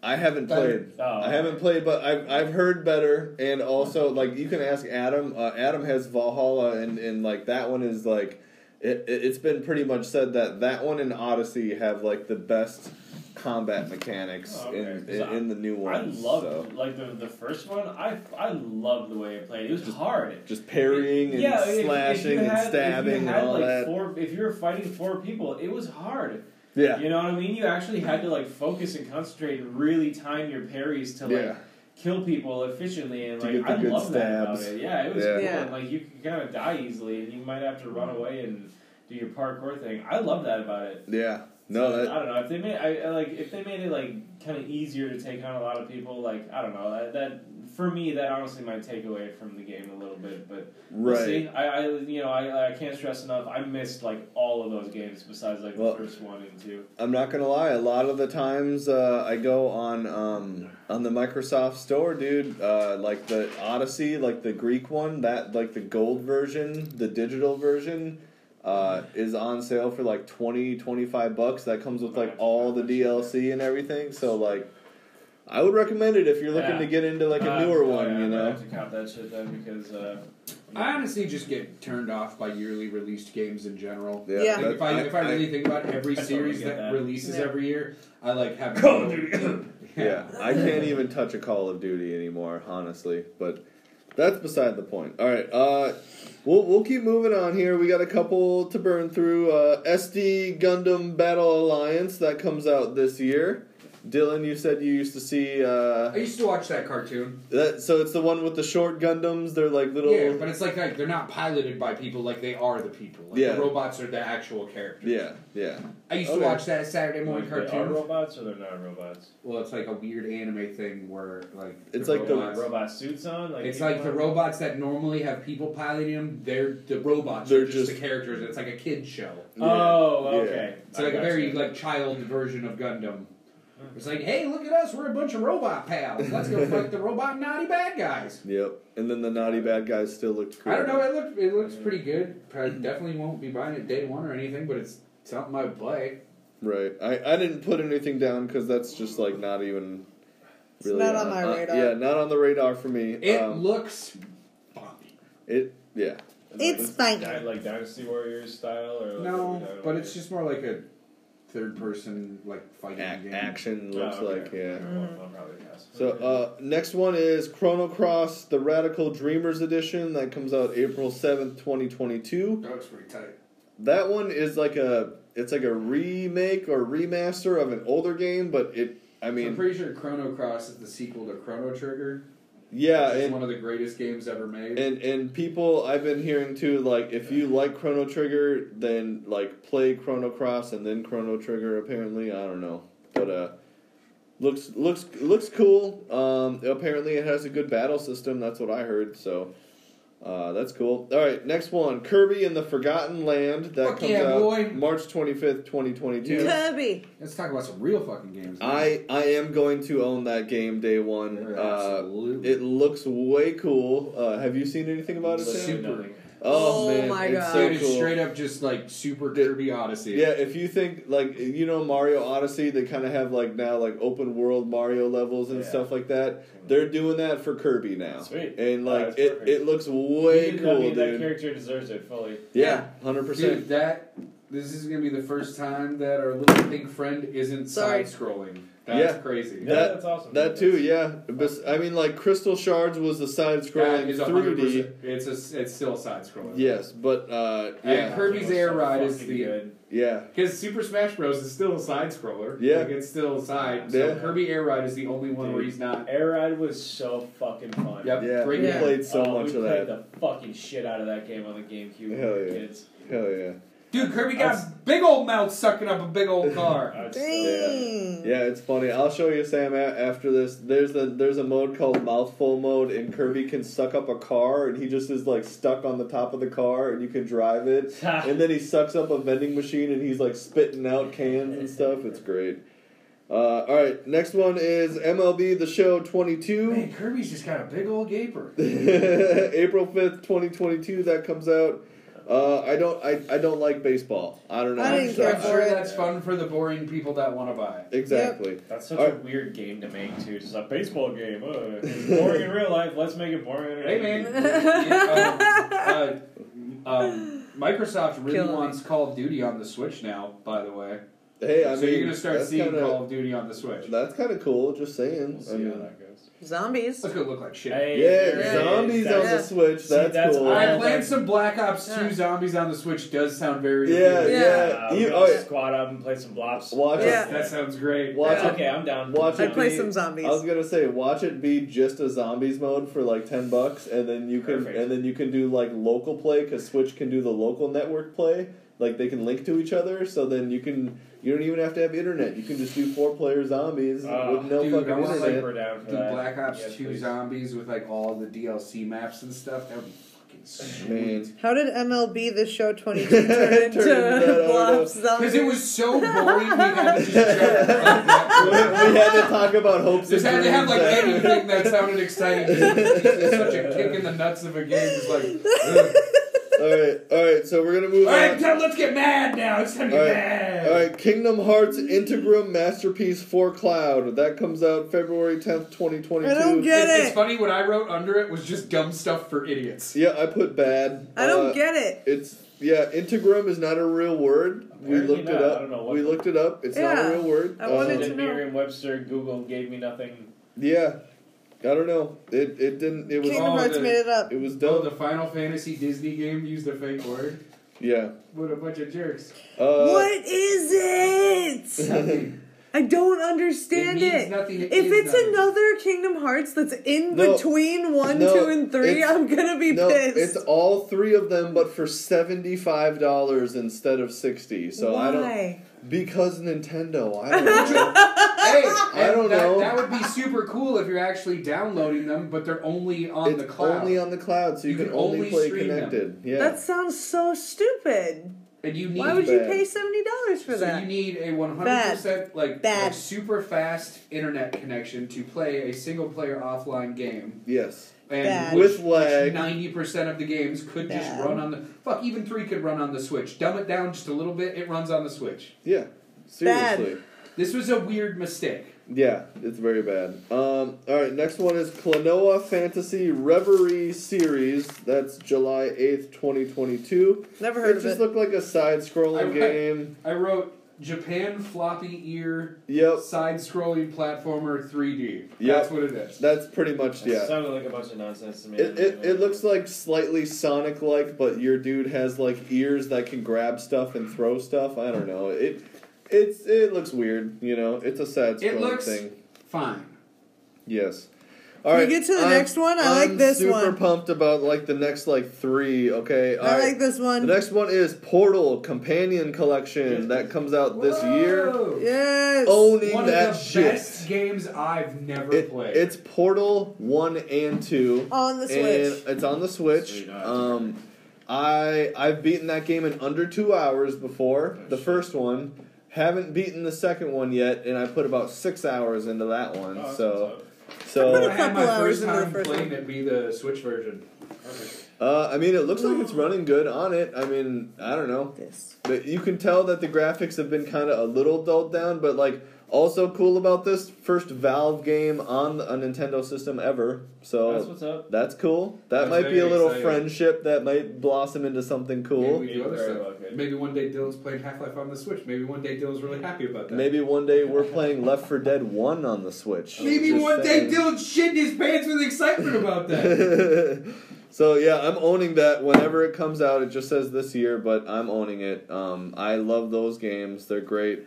S2: I haven't
S3: Better.
S2: played.
S4: Oh,
S2: I haven't played, but I've I've heard better, and also like you can ask Adam. Uh, Adam has Valhalla, and and like that one is like it, it- it's been pretty much said that that one and Odyssey have like the best combat mechanics
S4: Oh, okay.
S2: in,
S4: 'Cause
S2: in
S4: I-
S2: in the new
S4: I
S2: ones.
S4: love
S2: so.
S4: like the the first one. I I love the way it played. It was hard.
S2: just parrying and
S4: yeah, if- if you
S2: slashing
S4: had-
S2: and stabbing
S4: if you
S2: and
S4: had
S2: all
S4: like
S2: that.
S4: Four, if you were fighting four people, it was hard.
S2: Yeah.
S4: You know what I mean? You actually had to like focus and concentrate and really time your parries to like
S2: Yeah.
S4: kill people efficiently and
S2: To
S4: like
S2: get the
S4: I
S2: good
S4: love that about
S2: stabs.
S4: it. Yeah, it was
S2: Yeah.
S4: cool.
S1: Yeah.
S4: And, like you could kind of die easily and you might have to run away and do your parkour thing. I love that about it.
S2: Yeah. No,
S4: So, uh,
S2: that
S4: I don't know if they made I, I like if they made it like kind of easier to take on a lot of people. Like I don't know that, that for me that honestly might take away from the game a little bit, but We'll see.
S2: right.
S4: I, I, you know, I, I can't stress enough. I missed like all of those games besides like the
S2: Well-
S4: first one and two.
S2: I'm not gonna lie. A lot of the times uh, I go on um, on the Microsoft Store, dude. Uh, like the Odyssey, like the Greek one, that like the gold version, the digital version. Uh, is on sale for like 20 25 bucks that comes with like all the dlc and everything so like i would recommend it if you're looking
S4: Yeah.
S2: to get into like a
S4: Uh,
S2: newer
S4: oh,
S2: one
S4: yeah,
S2: you
S4: I'm gonna
S2: know
S4: have to count that shit then because uh,
S3: I honestly just get turned off by yearly released games in general.
S1: Yeah.
S3: Like, if I,
S2: that-
S3: if I, really think about every
S4: I totally
S3: series that,
S4: get that.
S3: releases
S1: Yeah.
S3: every year, I like have
S4: Call of
S3: no-
S2: Yeah, I can't even touch a Call of Duty anymore, honestly. But that's beside the point. All right, uh, we'll we'll keep moving on here. We got a couple to burn through. Uh, SD Gundam Battle Alliance that comes out this year. Dylan, you said you used to see
S3: I
S2: uh,
S3: used to watch that cartoon.
S2: that. So it's the one with the short Gundams. They're like little.
S3: Yeah, but it's like, like they're not piloted by people; like they are the people. Like,
S2: Yeah.
S3: the robots are the actual characters.
S2: yeah, yeah.
S3: I used
S2: Okay.
S3: to watch that Saturday morning
S4: like, they are
S3: cartoon.
S4: robots or they're not robots.
S3: Well, it's like a weird anime thing where like
S2: It's like the-
S4: Like robot suits on. Like
S3: It's
S4: you
S3: like the
S4: know?
S3: robots that normally have people piloting them. They're the robots.
S2: They're
S3: are just,
S2: just-
S3: the characters. It's like a kid show.
S4: Oh,
S2: Yeah.
S4: okay.
S3: It's
S4: I
S3: like a
S4: gotcha.
S3: very like child version of Gundam. It's like, hey, look at us. We're a bunch of robot pals. Let's go fight the robot naughty bad guys.
S2: Yep. And then the naughty bad guys still looked cool.
S3: I don't know. It looked it looks pretty good. Probably, definitely won't be buying it day one or anything, but it's something I would play.
S2: Right. I, I didn't put anything down because that's just like not even.
S1: It's not on my
S2: uh,
S1: radar.
S2: yeah, not on the radar for me.
S3: It
S2: um,
S3: looks fun.
S2: It yeah.
S4: Like,
S1: It's fine.
S4: di- like Dynasty Warriors style or like,
S3: No,
S4: I don't
S3: but
S4: know.
S3: it's just more like a third person like fighting
S2: Ac-
S3: game.
S2: action
S4: Oh,
S2: looks
S4: okay.
S2: like yeah.
S4: Well, I'll probably pass.
S2: So uh, next one is Chrono Cross: The Radical Dreamers Edition that comes out April seventh, twenty twenty two.
S3: That looks pretty tight.
S2: That one is like a it's like a remake or remaster of an older game, but it I
S3: I'm
S2: mean
S3: pretty sure Chrono Cross is the sequel to Chrono Trigger.
S2: yeah
S3: which is
S2: and
S3: one of the greatest games ever made.
S2: And and people I've been hearing too, like if you like Chrono Trigger, then like play Chrono Cross and then Chrono Trigger. Apparently, I don't know, but uh, looks looks looks cool. Um, apparently it has a good battle system. That's what I heard. So. Uh, that's cool. All right, next one, Kirby and the Forgotten Land. That
S3: Fuck
S2: comes
S3: yeah,
S2: out
S3: boy.
S2: March twenty fifth, twenty twenty two.
S1: Kirby.
S3: Let's talk about some real fucking games. man.
S2: I I am going to own that game day one.
S3: They're
S2: Uh,
S3: absolutely.
S2: it looks way cool. Uh, have you seen anything about it? Sam?
S4: Literally
S3: super-
S4: nothing.
S2: Oh,
S1: Oh
S2: man,
S1: my
S2: it's
S1: God.
S2: so
S3: Dude, it's
S2: cool.
S3: straight up just like Super
S2: Dude.
S3: Kirby Odyssey.
S2: Yeah, if you think like you know Mario Odyssey, they kind of have like now like open world Mario levels and
S4: Yeah.
S2: stuff like that. They're doing that for Kirby now,
S4: Sweet.
S2: and
S4: Oh,
S2: like
S4: that's
S2: it,
S4: perfect.
S2: it looks
S4: I
S2: way
S4: mean,
S2: cool,
S4: That
S2: dude.
S4: character deserves it fully.
S2: Yeah, hundred
S3: Dude,
S2: percent.
S3: that this is gonna be the first time that our little pink friend isn't
S1: Sorry.
S3: side scrolling. That's
S2: Yeah.
S3: crazy.
S4: Yeah,
S2: That-
S4: that's awesome.
S2: That too, yeah. Bes- I mean, like Crystal Shards was the side
S3: That
S2: scrolling
S3: is
S2: 3D.
S3: 100%. It's a, it's still side scrolling.
S2: Yes, but uh,
S3: And
S2: yeah,
S3: Kirby- Kirby's Air Ride is
S4: Fucking
S3: the-
S4: good.
S2: yeah,
S3: Because Super Smash Bros is still a side scroller.
S2: Yeah.
S3: Like it's still side. So
S2: Yeah.
S3: Kirby Air Ride is the only one where
S4: Dude.
S3: he's not.
S4: Air Ride was so fucking fun.
S3: Yep.
S2: yeah.
S3: Great
S2: We
S1: game.
S2: played so
S4: Oh,
S2: much
S4: we
S2: of
S4: played
S2: that.
S4: the fucking shit out of that game on the GameCube.
S2: Hell
S4: we were
S2: yeah.
S4: Kids.
S2: Hell yeah.
S3: Dude, Kirby
S4: got
S3: big old mouth sucking up a big old car.
S4: I'd still-
S1: Dang.
S2: Yeah, it's funny. I'll show you Sam a- after this. There's a there's a mode called mouthful mode, and Kirby can suck up a car, and he just is like stuck on the top of the car, and you can drive it. and then he sucks up a vending machine, and he's like spitting out cans and stuff. It's great. Uh, all right, next one is MLB The Show 22,
S3: [laughs] Man, Kirby's just got a big old gaper.
S2: [laughs] April 5th, 2022. That comes out. Uh, I don't I, I don't like baseball. I don't
S1: [laughs]
S2: know.
S1: I
S3: I'm
S1: didn't
S3: sure,
S1: care
S3: I'm
S1: for
S3: sure
S1: it.
S3: that's fun for the boring people that want to buy it.
S2: Exactly.
S4: That's such
S2: All
S4: a weird game to make too. It's a baseball game. Ugh. It's boring in real life. Let's make it boring. in
S3: Hey,
S4: game.
S3: man. [laughs] Yeah, um, uh, um, Microsoft really
S1: Killing me.
S3: wants Call of Duty on the Switch now, by the way.
S2: Hey, I
S3: so
S2: mean,
S3: you're going to start
S2: that's
S3: seeing
S2: kinda-
S3: Call of Duty on the Switch.
S2: That's kind of cool. Just saying.
S4: We'll
S2: I
S4: see
S2: mean,
S4: how that goes.
S1: Zombies.
S3: Let's go look like shit.
S4: Hey,
S2: Yeah,
S4: there it
S2: zombies
S4: is.
S2: on
S1: Yeah.
S2: the Switch.
S4: See,
S2: That's,
S4: that's
S2: cool.
S4: all
S3: I
S4: Yeah.
S3: played some Black Ops 2
S1: Yeah.
S3: zombies on the Switch. Does sound very
S2: yeah, yeah.
S3: appealing.
S4: Uh, we
S2: You-
S4: can
S2: all right,
S4: squad up and play some blops.
S2: Watch
S1: Yeah.
S2: it.
S3: That sounds great.
S2: Watch
S1: Yeah.
S2: it.
S4: Okay, I'm down.
S2: Watch
S1: I
S2: it.
S1: play
S2: be-
S1: some
S2: I was
S1: zombies.
S2: gonna say, watch it be just a zombies mode for like ten bucks, and then you can
S4: Perfect.
S2: and then you can do like local play because Switch can do the local network play. Like they can link to each other, so then you can you don't even have to have internet. You can just do four player zombies
S4: Oh,
S2: with no
S3: dude, I
S2: fucking
S3: want, like,
S2: internet.
S4: We're down for
S3: Do
S4: that.
S3: Black Ops
S4: Yes,
S3: 2
S4: Uh, please.
S3: zombies with like all the DLC maps and stuff. That would be fucking sweet.
S2: Man,
S1: How did MLB The Show 22
S2: [laughs]
S1: turn
S2: Turned
S1: [laughs]
S2: that
S1: into Blobs
S3: Because
S1: Zombies?
S3: it was
S1: [laughs]
S3: so boring, we had to just try to run
S2: [laughs] we [laughs]
S3: that through.
S2: had to talk about hopes and
S3: Just had
S2: dreams.
S3: to have like
S2: that-
S3: anything that sounded exciting.
S2: [laughs]
S3: It's just such a kick in the nuts of a game. It's like, ugh.
S2: all right, all right. So we're gonna move
S3: all right,
S2: on.
S3: Tom, let's get mad now. It's time to get
S2: All right.
S3: mad.
S2: All right, Kingdom Hearts Integrum Masterpiece for Cloud. That comes out February tenth, twenty twenty two.
S1: I don't get
S3: It's,
S1: it.
S3: it's funny what I wrote under it was just dumb stuff for idiots.
S2: Yeah, I put bad.
S1: I don't
S2: Uh,
S1: get it.
S2: It's yeah, integrum is not a real word. we
S4: Apparently
S2: looked it
S4: not. I
S2: up.
S4: don't know what
S2: we
S4: the-
S2: looked it up. It's not
S1: Yeah.
S2: a real word.
S1: I wanted
S2: Uh,
S1: to-
S4: Did Merriam-Webster, Google gave me nothing.
S2: Yeah, I don't know. It it didn't. It was
S1: Kingdom
S3: all
S1: Hearts
S3: the-
S1: made it up.
S2: it was
S3: Oh,
S2: dumb.
S3: the Final Fantasy Disney game used a fake word.
S2: Yeah.
S3: What a bunch of jerks.
S2: Uh, [laughs]
S1: what is it?
S3: Nothing.
S1: I don't understand
S3: It means
S1: it.
S3: nothing, it
S1: if
S3: is
S1: it's
S3: nothing.
S1: another Kingdom Hearts that's in
S2: No.
S1: between one,
S2: No,
S1: two, and three,
S2: it's-
S1: I'm gonna be
S2: No,
S1: pissed.
S2: it's all three of them, but for seventy five dollars instead of sixty. So
S1: Why?
S2: I don't because Nintendo.
S1: [laughs]
S2: I don't know.
S3: Hey,
S2: I don't
S3: that,
S2: know.
S3: That would be super cool if you're actually downloading them, but they're only on
S2: it's
S3: the cloud.
S2: only on the cloud, so you, can, only, play
S3: stream them.
S2: connected. Yeah.
S1: That sounds so stupid.
S3: and you need
S1: Why would you
S2: Bad.
S1: pay seventy dollars for
S3: so
S1: that?
S3: you need a 100% like, like
S1: Bad.
S3: super fast internet connection to play a single player offline game.
S2: yes.
S3: And
S1: Bad.
S2: With lag.
S3: ninety percent of the games could just
S1: Bad.
S3: run on the fuck. Even three could run on the Switch. Dumb it down just a little bit. It runs on the Switch.
S2: Yeah.
S1: Bad.
S2: Seriously.
S3: This was a weird mistake.
S2: Yeah, it's very bad. Um, all right, next one is Klonoa Fantasy Reverie series. That's July eighth, twenty twenty two.
S1: Never
S2: It
S1: heard of
S2: just
S1: it.
S2: looked like a
S3: I
S2: side-scrolling
S3: read-
S2: game.
S3: I wrote Japan floppy ear
S2: Yep,
S3: side-scrolling platformer 3D.
S2: Yep.
S3: That's what it is.
S2: that's pretty much
S4: That
S2: yeah.
S4: sounded like a bunch of nonsense to me.
S2: It, it, it looks like slightly Sonic like, but your dude has like ears that can grab stuff and throw stuff. I don't know. It it's it looks weird. You know, it's a side
S3: It
S2: scrolling
S3: looks
S2: thing.
S3: fine.
S2: Yes. All
S1: we
S2: right.
S1: get to the
S2: I'm-
S1: next one? I like
S2: I'm
S1: this
S2: super
S1: one.
S2: pumped about like the next like three. Okay. all
S1: I
S2: right.
S1: like this one.
S2: The next one is Portal Companion Collection that comes out this year.
S3: Whoa!
S1: yes.
S2: Owning
S3: One of
S2: that
S3: the
S2: shit.
S3: best games I've never
S2: It-
S3: played.
S2: it's Portal One and Two,
S1: on the Switch.
S2: and it's on the Switch.
S4: Sweet, nice.
S2: Um, I I've beaten that game in under two hours before.
S4: Oh,
S2: The
S4: shit.
S2: first one, haven't beaten the second one yet, and I put about six hours into that
S3: Oh,
S2: one.
S4: Oh,
S2: so
S1: Put
S2: so
S1: a couple
S3: I had my
S1: hours
S3: first
S1: into the
S3: time
S1: first
S3: playing
S1: one.
S3: it be the Switch version.
S2: uh, I mean, it looks like it's
S3: Hmm.
S2: running good on it. I mean, I don't know.
S1: This.
S2: But you can tell that the graphics have been kind of a little dulled down, but like also cool about this first Valve game on a Nintendo system ever.
S4: That's
S2: So
S4: what's up.
S2: that's cool. That
S3: That's
S2: might be a
S3: very
S2: little
S3: exciting.
S2: friendship that might blossom into something cool.
S3: Maybe, we do
S4: Yeah,
S3: other
S4: very
S3: stuff.
S4: well could.
S3: Maybe one day Dylan's playing Half Life on the Switch. Maybe one day Dylan's really happy about that.
S2: Maybe one day we're playing Left 4 Dead 1 on the Switch.
S3: Maybe
S2: Just
S3: one
S2: saying.
S3: day Dylan's shitting his pants with excitement about that.
S2: [laughs] so yeah, I'm owning that. Whenever it comes out, it just says this year, but I'm owning it. Um, I love those games; they're great.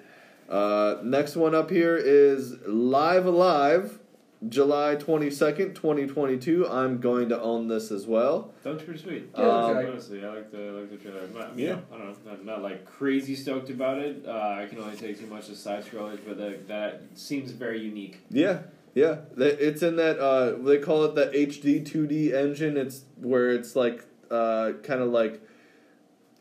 S2: Uh, next one up here is Live Alive, July twenty second, twenty twenty two. I'm going to own this as well.
S4: That was pretty sweet.
S2: Yeah, Um,
S3: okay.
S4: honestly, I like the like the trailer. I'm not,
S2: Yeah.
S4: yeah. I don't know. I'm not like crazy stoked about it. Uh, I can only take too much of side scrollers, but the, that seems very unique.
S2: Yeah, yeah. Th- It's in that uh, they call it the HD two D engine. It's where it's like uh, kind of like.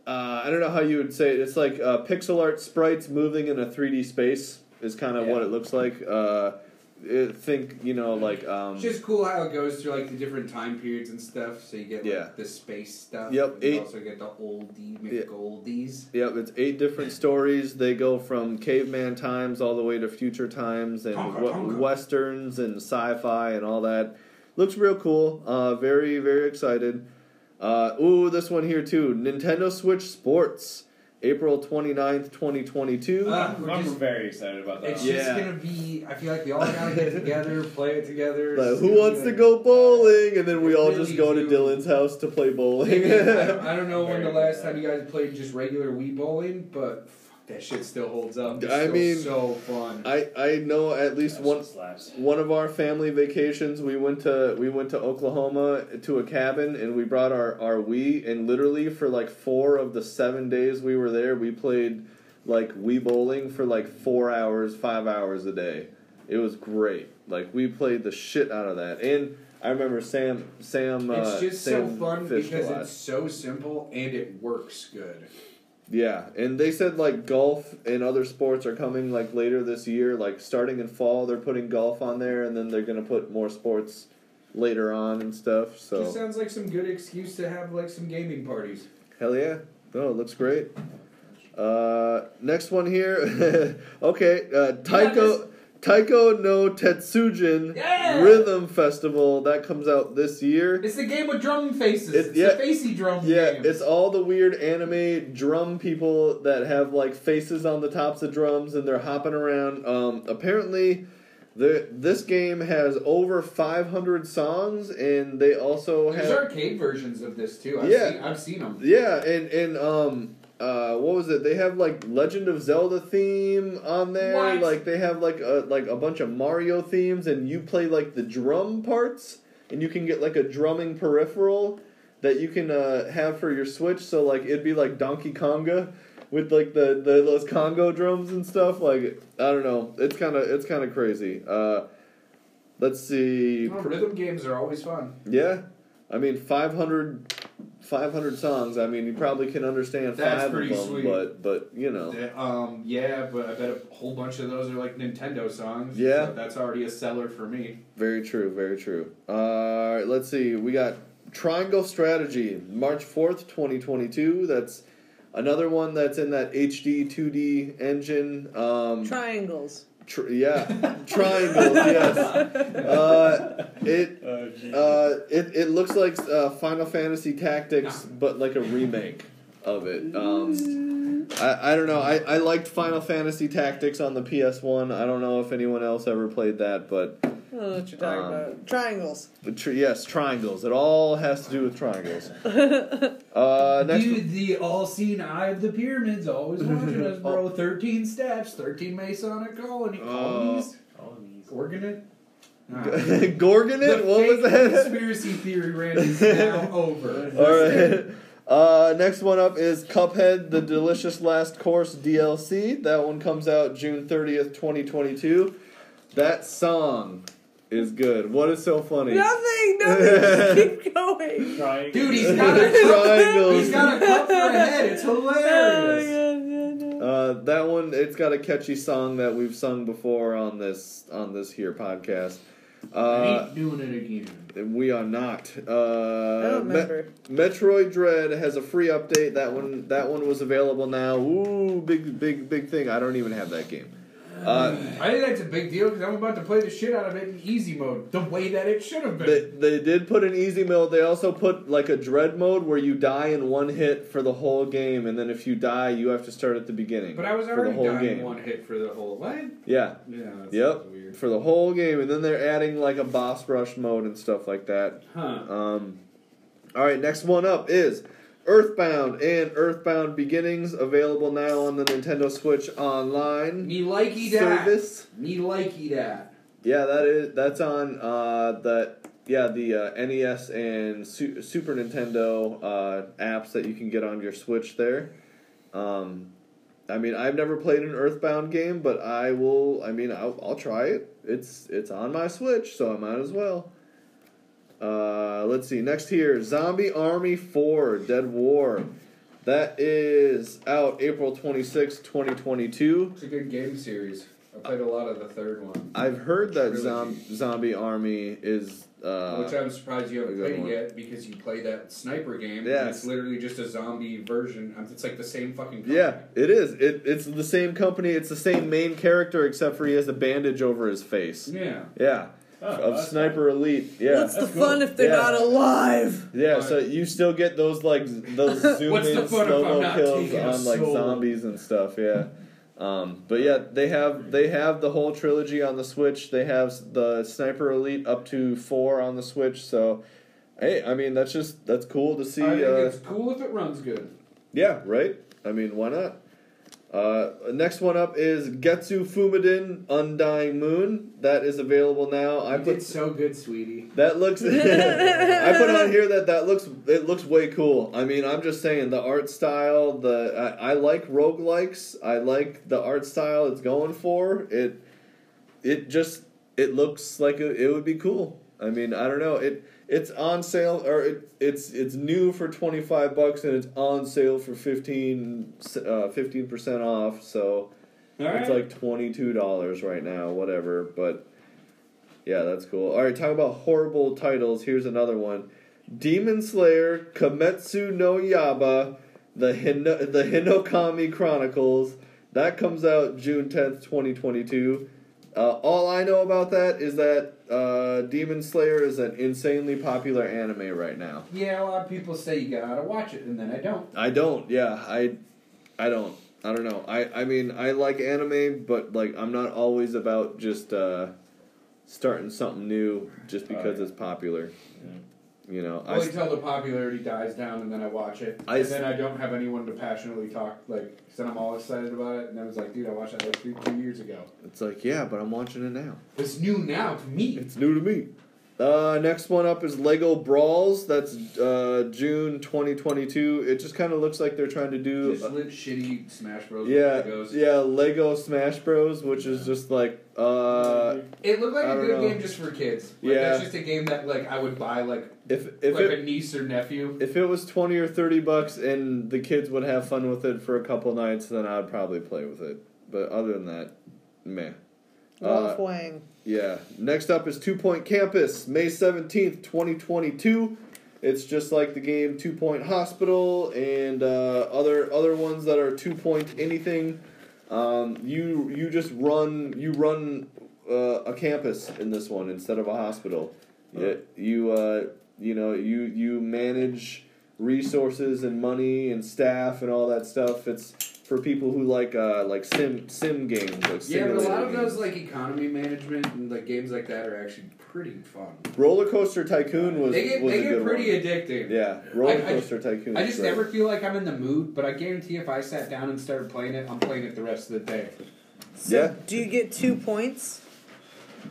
S2: Uh, I don't know how you would say it. It's like uh, pixel art sprites moving in a 3D space is kind of what
S4: Yeah.
S2: it looks like. Uh, it, think you know like um,
S3: It's just cool how it goes through like the different time periods and stuff. So you get like,
S2: Yeah.
S3: the space stuff.
S2: Yep,
S3: and you
S2: eight-
S3: also get the oldie
S2: Yeah.
S3: McGoldies.
S2: yep. It's eight different stories. They go from caveman times all the way to future times and
S3: Tonka,
S2: we-
S3: tonka.
S2: westerns and sci-fi and all that. Looks real cool. Uh, very very excited. Uh, ooh, this one here too. Nintendo Switch Sports. April 29th, 2022.
S3: Ah.
S4: I'm,
S3: We're
S4: I'm
S3: just-
S4: very excited about that.
S3: It's
S2: Yeah.
S3: just gonna be. I feel like we all gotta get
S2: [laughs]
S3: together, play it together.
S2: Like,
S3: It's
S2: who
S3: gonna
S2: wants
S3: be
S2: to
S3: like-
S2: go bowling? And then we all just go
S3: Really
S2: to
S3: do.
S2: Dylan's house to play bowling.
S3: Maybe- I [laughs] don't, I don't know when the last time you guys played just regular Wii bowling, but fuck, that shit still holds up. It's
S2: I
S3: still
S2: mean-
S3: so fun.
S2: I, I know at least
S4: That
S2: one
S4: shit slaps.
S2: one of our family vacations we went to we went to Oklahoma to a cabin and we brought our our Wii and literally for like 4 of the 7 days we were there we played like Wii bowling for like 4 hours, 5 hours a day. It was great. Like we played the shit out of that. And I remember Sam Sam uh,
S3: it's just so
S2: Sam
S3: fun
S2: fished a
S3: because
S2: lot.
S3: it's so simple and it works good.
S2: Yeah, and they said like golf and other sports are coming like later this year, like starting in fall. They're putting golf on there, and then they're gonna put more sports later on and stuff.
S3: Just
S2: So
S3: sounds like some good excuse to have like some gaming parties.
S2: hell yeah, no, it looks great. Uh, next one here. [laughs] okay, uh, Taiko Taiko no Tetsujin
S3: Yeah!
S2: Rhythm Festival that comes out this year.
S3: It's the game with drum faces.
S2: It-
S3: it's
S2: yeah.
S3: the facey drum
S2: Yeah,
S3: game.
S2: it's all the weird anime drum people that have like faces on the tops of drums and they're hopping around. Um, apparently, the this game has over 500 songs and they also
S3: There's
S2: have
S3: arcade versions of this too. I've
S2: Yeah.
S3: seen, I've seen them.
S2: yeah, and and um. Uh, what was it? They have like Legend of Zelda theme on there.
S3: What?
S2: Like they have like a like a bunch of Mario themes, and you play like the drum parts, and you can get like a drumming peripheral that you can uh, have for your Switch. So like it'd be like Donkey Konga with like the, the those Congo drums and stuff. Like I don't know, it's kind of it's kind of crazy. Uh, let's see.
S3: You know, rhythm games are always fun.
S2: Yeah, I mean 500, 500 songs. I mean, you probably can understand
S3: That's
S2: five of
S3: pretty
S2: them,
S3: sweet.
S2: but but you know,
S3: Um, yeah, but I bet a whole bunch of those are like Nintendo songs.
S2: Yeah.
S3: so that's already a seller for me.
S2: very true, very true. All right, let's see. We got Triangle Strategy, March fourth, twenty twenty two. That's another one that's in that HD two D engine. Um,
S1: Triangles.
S2: tr- yeah, [laughs] triangles. Yes. Uh, it
S4: Oh, geez.
S2: uh, it it looks like uh, Final Fantasy Tactics, but like a remake of it. Um, I, I don't know. I, I liked Final Fantasy Tactics on the PS1. I don't know if anyone else ever played that, but,
S1: I don't know what you're talking
S2: Um,
S1: about. Triangles.
S2: but tr- yes, triangles. It all has to do with triangles. Uh, next [laughs] one-
S3: Dude, the all-seeing eye of the
S2: [laughs]
S3: pyramids always watching us,
S2: Oh.
S3: bro. Thirteen steps, thirteen Masonic
S2: Uh.
S3: colony, colonies,
S4: All of these.
S3: organ it.
S2: [laughs]
S3: Nah.
S2: Gorgonet?
S3: The
S2: What was
S3: fake
S2: that?
S3: Conspiracy theory rant is now over.
S2: [laughs] all right. Uh, next one up is Cuphead: The Delicious Last Course DLC. That one comes out June thirtieth, twenty twenty two. That song is good. What is so funny? [laughs]
S1: Nothing, nothing. [laughs] Just keep going.
S4: Trying.
S3: Dude, he's got a
S2: triangles.
S3: he's got a cup for a
S2: [laughs]
S3: head. It's
S2: Oh,
S3: hilarious.
S1: Oh,
S2: Uh, that one it's got a catchy song that we've sung before on this on this here podcast. Uh,
S3: Ain't doing it again.
S2: we are not. Uh,
S1: I don't
S2: Me-
S1: remember.
S2: Metroid Dread has a free update. That one that one was available now. Ooh, big big big thing. I don't even have that game. Uh,
S3: I think that's a big deal because I'm about to play the shit out of it in easy mode, the way that it should have been.
S2: they, they did put an easy mode. They also put like a dread mode where you die in one hit for the whole game, and then if you die, you have to start at the beginning.
S3: but I was
S2: for
S3: already
S2: the whole
S3: dying
S2: game.
S3: one hit for the whole what?
S2: Yeah,
S3: Yeah, that
S2: Yep.
S3: sounds weird.
S2: for the whole game, and then they're adding like a boss rush mode and stuff like that.
S3: Huh.
S2: Um, all right, next one up is Earthbound and Earthbound Beginnings, available now on the Nintendo Switch Online
S3: Me likey that.
S2: service.
S3: Me likey that.
S2: Yeah, that is that's on uh, the yeah the uh, NES and Su- Super Nintendo uh, apps that you can get on your Switch there. Um, I mean, I've never played an Earthbound game, but I will. I mean, I'll, I'll try it. It's it's on my Switch, so I might as well. Uh, let's see. Next here, Zombie Army Four: Dead War. That is out April 26, twenty twenty two.
S3: It's a good game series. I played a lot of the third one,
S2: I've heard that
S3: Trilogy.
S2: zom- zombie army is uh,
S3: which I'm surprised you haven't
S2: good
S3: played
S2: one.
S3: yet because you play that sniper game.
S2: Yeah.
S3: and it's literally just a zombie version. Um, It's like the same fucking. Company.
S2: yeah, it is. It it's the same company. It's the same main character except for he has a bandage over his face.
S3: Yeah.
S2: Yeah.
S4: Oh,
S2: of
S4: that's
S2: Sniper Elite. Yeah,
S1: What's the
S4: That's cool.
S1: fun if they're
S2: Yeah.
S1: not alive?
S2: yeah. So you still get those like
S3: [laughs]
S2: z- those zoom
S3: What's the
S2: in
S3: fun if
S2: slow
S3: I'm
S2: mo
S3: not
S2: kills
S3: taking a
S2: on like
S3: soul?
S2: zombies and stuff. Yeah. Um, but yeah, they have they have the whole trilogy on the Switch. They have s- the Sniper Elite up to four on the Switch. So, hey, I mean that's just that's cool to see.
S3: I think
S2: uh,
S3: it's cool if it runs good.
S2: Yeah, right? I mean, why not? Uh, next one up is Getsu Fumiden Undying Moon. That is available now. I
S3: You did
S2: put
S3: so good, sweetie.
S2: that looks. I put on here that that looks it looks way cool. I mean, I'm just saying the art style. The I, I like roguelikes. I like the art style it's going for. It it just it looks like it, it would be cool. I mean, I don't know. It it's on sale or it it's it's new for 25 bucks and it's on sale for 15 percent off. So it's like twenty two dollars right now, whatever. But yeah, that's cool. All right, talk about horrible titles. Here's another one: Demon Slayer, Kametsu no Yaba, the Hino- the Hinokami Chronicles. That comes out June tenth, twenty twenty two. Uh, all I know about that is that uh, Demon Slayer is an insanely popular anime right now.
S3: Yeah, a lot of people say you gotta watch it, and then I don't.
S2: I don't. Yeah, I, I don't. I don't know. I I mean, I like anime, but like I'm not always about just uh starting something new just because it's popular. You know, I
S3: Well,
S2: s-
S3: until the popularity dies down, and then I watch it,
S2: I
S3: and
S2: s-
S3: then I don't have anyone to passionately talk like. 'cause Then I'm all excited about it, and I was like, dude, I watched that like three, two years ago.
S2: it's like yeah, but I'm watching it now.
S3: It's new now to me.
S2: It's new to me. Uh, next one up is Lego Brawls. That's uh, June 2022. It just kind of looks like they're trying to do
S3: Just lit shitty Smash Bros.
S2: yeah,
S3: Legos.
S2: yeah, Lego Smash Bros, which is just like uh,
S3: It looked like
S2: I
S3: a
S2: don't
S3: good
S2: know.
S3: game just for kids.
S2: Yeah.
S3: Like, that's just a game that like I would buy like
S2: if if
S3: like
S2: it,
S3: a niece or nephew.
S2: If it was twenty or thirty bucks and the kids would have fun with it for a couple nights, then I'd probably play with it. But other than that, meh. Uh,
S1: Wolf Wang.
S2: Yeah. Next up is Two Point Campus, May seventeenth, twenty twenty two. It's just like the game Two Point Hospital and uh, other other ones that are two point anything. Um, you you just run you run uh, a campus in this one instead of a hospital. Yeah, you uh, you know you you manage resources and money and staff and all that stuff. It's for people who like uh, like sim sim games like
S3: Yeah, but a
S2: simulator
S3: lot of
S2: games.
S3: those like economy management and like games like that are actually pretty fun.
S2: Roller Coaster Tycoon was
S3: they get
S2: was
S3: they
S2: a
S3: get
S2: good
S3: pretty
S2: one.
S3: addicting.
S2: yeah, Roller
S3: I- I
S2: Coaster Tycoon.
S3: I
S2: is
S3: just
S2: great.
S3: never feel like I'm in the mood, but I guarantee if I sat down and started playing it, I'm playing it the rest of the day.
S1: So
S2: yeah.
S1: do you get two points?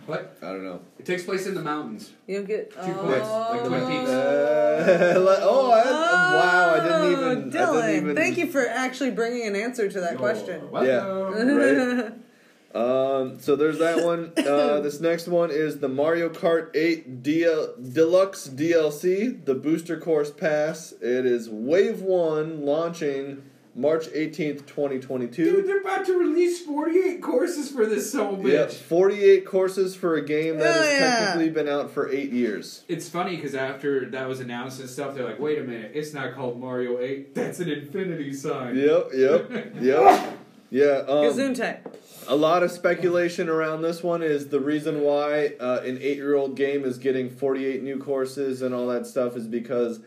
S3: What?
S2: I don't know.
S3: It takes place in the mountains.
S1: You don't get uh,
S3: Two points, like Twin Peaks.
S2: Uh, [laughs] like- oh, I- wow, I didn't even- I
S1: Dylan,
S2: didn't even-
S1: thank you for actually bringing an answer to that
S3: Yo,
S1: question.
S3: what
S2: Yeah.
S3: the-
S1: [laughs]
S2: Right. Um, so there's that [laughs] one. Uh, this next one is the Mario Kart 8 DL- Deluxe DLC, the Booster Course Pass. It is Wave 1 launching March 18th, 2022.
S3: [laughs] Dude, they're about to release 48 courses for this son of a bitch.
S2: Yeah, 48 courses for a game that
S1: Hell
S2: has
S1: yeah.
S2: technically been out for eight years.
S3: It's funny because after that was announced and stuff, they're like, wait a minute, it's not called Mario 8. [laughs] That's an infinity sign.
S2: Yep, yep,
S3: [laughs]
S2: yep. Yeah, um,
S1: Gazoon type.
S2: a lot of speculation around this one is the reason why uh, an eight-year-old game is getting forty-eight new courses and all that stuff is because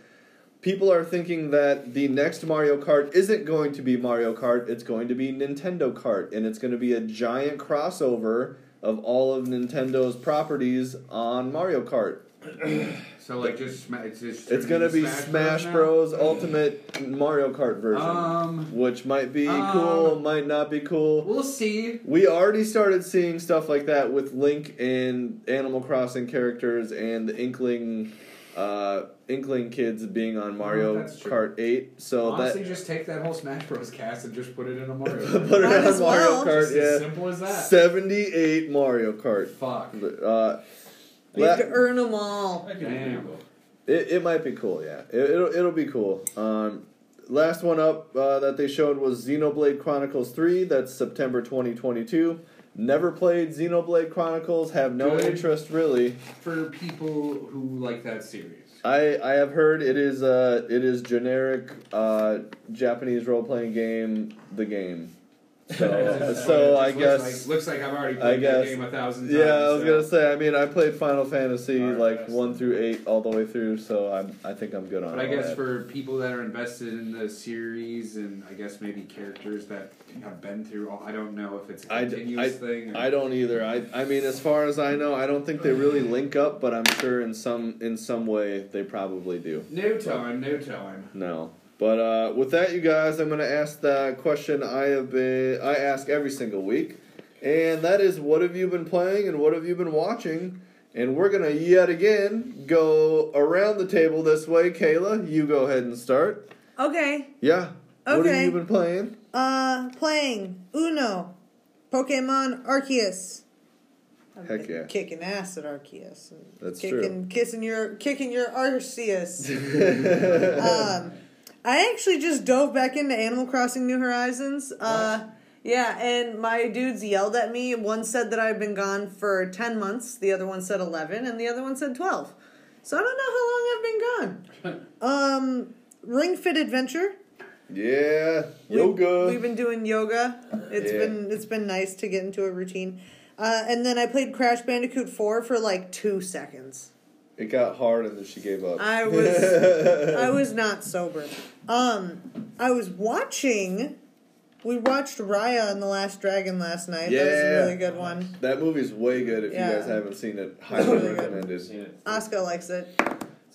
S2: people are thinking that the next Mario Kart isn't going to be Mario Kart; it's going to be Nintendo Kart, and it's going to be a giant crossover of all of Nintendo's properties on Mario Kart.
S3: So, like, just sma- it's just.
S2: It's going to be Smash Bros. Ultimate Mario Kart
S3: now?
S2: version,
S3: Um,
S2: which might be cool,
S3: um,
S2: might not be cool.
S3: we'll see.
S2: We already started seeing stuff like that with Link and Animal Crossing characters and the Inkling, uh, Inkling kids being on Mario
S3: Oh, that's true.
S2: Kart Eight. So
S3: Honestly,
S2: that
S3: just take Oh, that whole Smash Bros. cast and just [laughs] put it in a Mario.
S2: [laughs]
S3: Kart.
S2: put it
S1: Might
S2: on
S1: as well.
S2: Mario
S3: Just as
S2: Kart,
S3: simple as
S2: yeah,
S3: that.
S2: seventy-eight Mario Kart.
S3: Fuck.
S2: Uh,
S1: You have
S2: la-
S1: to earn them all.
S4: I can
S3: Damn.
S4: do it.
S2: It, it might be cool, yeah. It, it'll it'll be cool. Um, last one up uh, that they showed was Xenoblade Chronicles Three. That's September twenty twenty two. Never played Xenoblade Chronicles. Have no
S3: Good.
S2: interest really.
S3: For people who like that series.
S2: I I have heard it is
S3: [laughs]
S2: uh it is generic uh Japanese role playing game the game. So,
S3: It's-
S2: so I
S3: it just looks
S2: guess
S3: like, looks like I've already
S2: I
S3: played
S2: guess-
S3: that game a thousand times.
S2: yeah, I was
S3: so.
S2: gonna say. I mean, I played Final Fantasy
S4: Alright,
S2: like
S4: that's-
S2: one through eight all the way through, so I'm I think I'm good on.
S3: But I
S2: all
S3: guess
S2: that.
S3: for people that are invested in the series, and I guess maybe characters that have been through all, I don't know if it's a
S2: I d-
S3: continuous thing. or-
S2: I don't either. I I mean, as far as I know, I don't think they really link up, but I'm sure in some in some way they probably do.
S3: no time, no time.
S2: No. But uh, with that, you guys, I'm going to ask the question I have been I ask every single week, and that is, what have you been playing and what have you been watching? And we're going to yet again go around the table this way. Kayla, you go ahead and start.
S1: Okay.
S2: Yeah. What have
S1: Okay.
S2: you been playing?
S1: Uh, playing Uno, Pokemon Arceus. I've
S2: Heck
S1: been
S2: yeah.
S1: Kicking ass at Arceus.
S2: That's
S1: kicking,
S2: true.
S1: Kissing your, kicking your
S2: [laughs]
S1: Arceus. um, I actually just dove back into Animal Crossing New Horizons. Uh, yeah, and my dudes yelled at me. One said that I've been gone for 10 months, the other one said 11, and the other one said 12. So I don't know how long
S2: [laughs]
S1: I've been gone. um, Ring Fit Adventure.
S2: yeah.
S1: We-
S2: Yoga.
S1: We've been doing yoga. It's
S2: Yeah.
S1: been it's been nice to get into a routine. Uh, and then I played Crash Bandicoot 4 for like 2 seconds.
S2: it got hard and then she gave up.
S1: I was-
S2: [laughs]
S1: I was not sober. Um, I was watching. We watched Raya and the Last Dragon last night. That was
S2: Yeah.
S1: a really good one.
S2: that movie's way good if
S1: Yeah.
S2: you guys haven't seen it. Highly
S1: [coughs] really good.
S2: recommended.
S4: Seen it.
S1: Oscar likes it.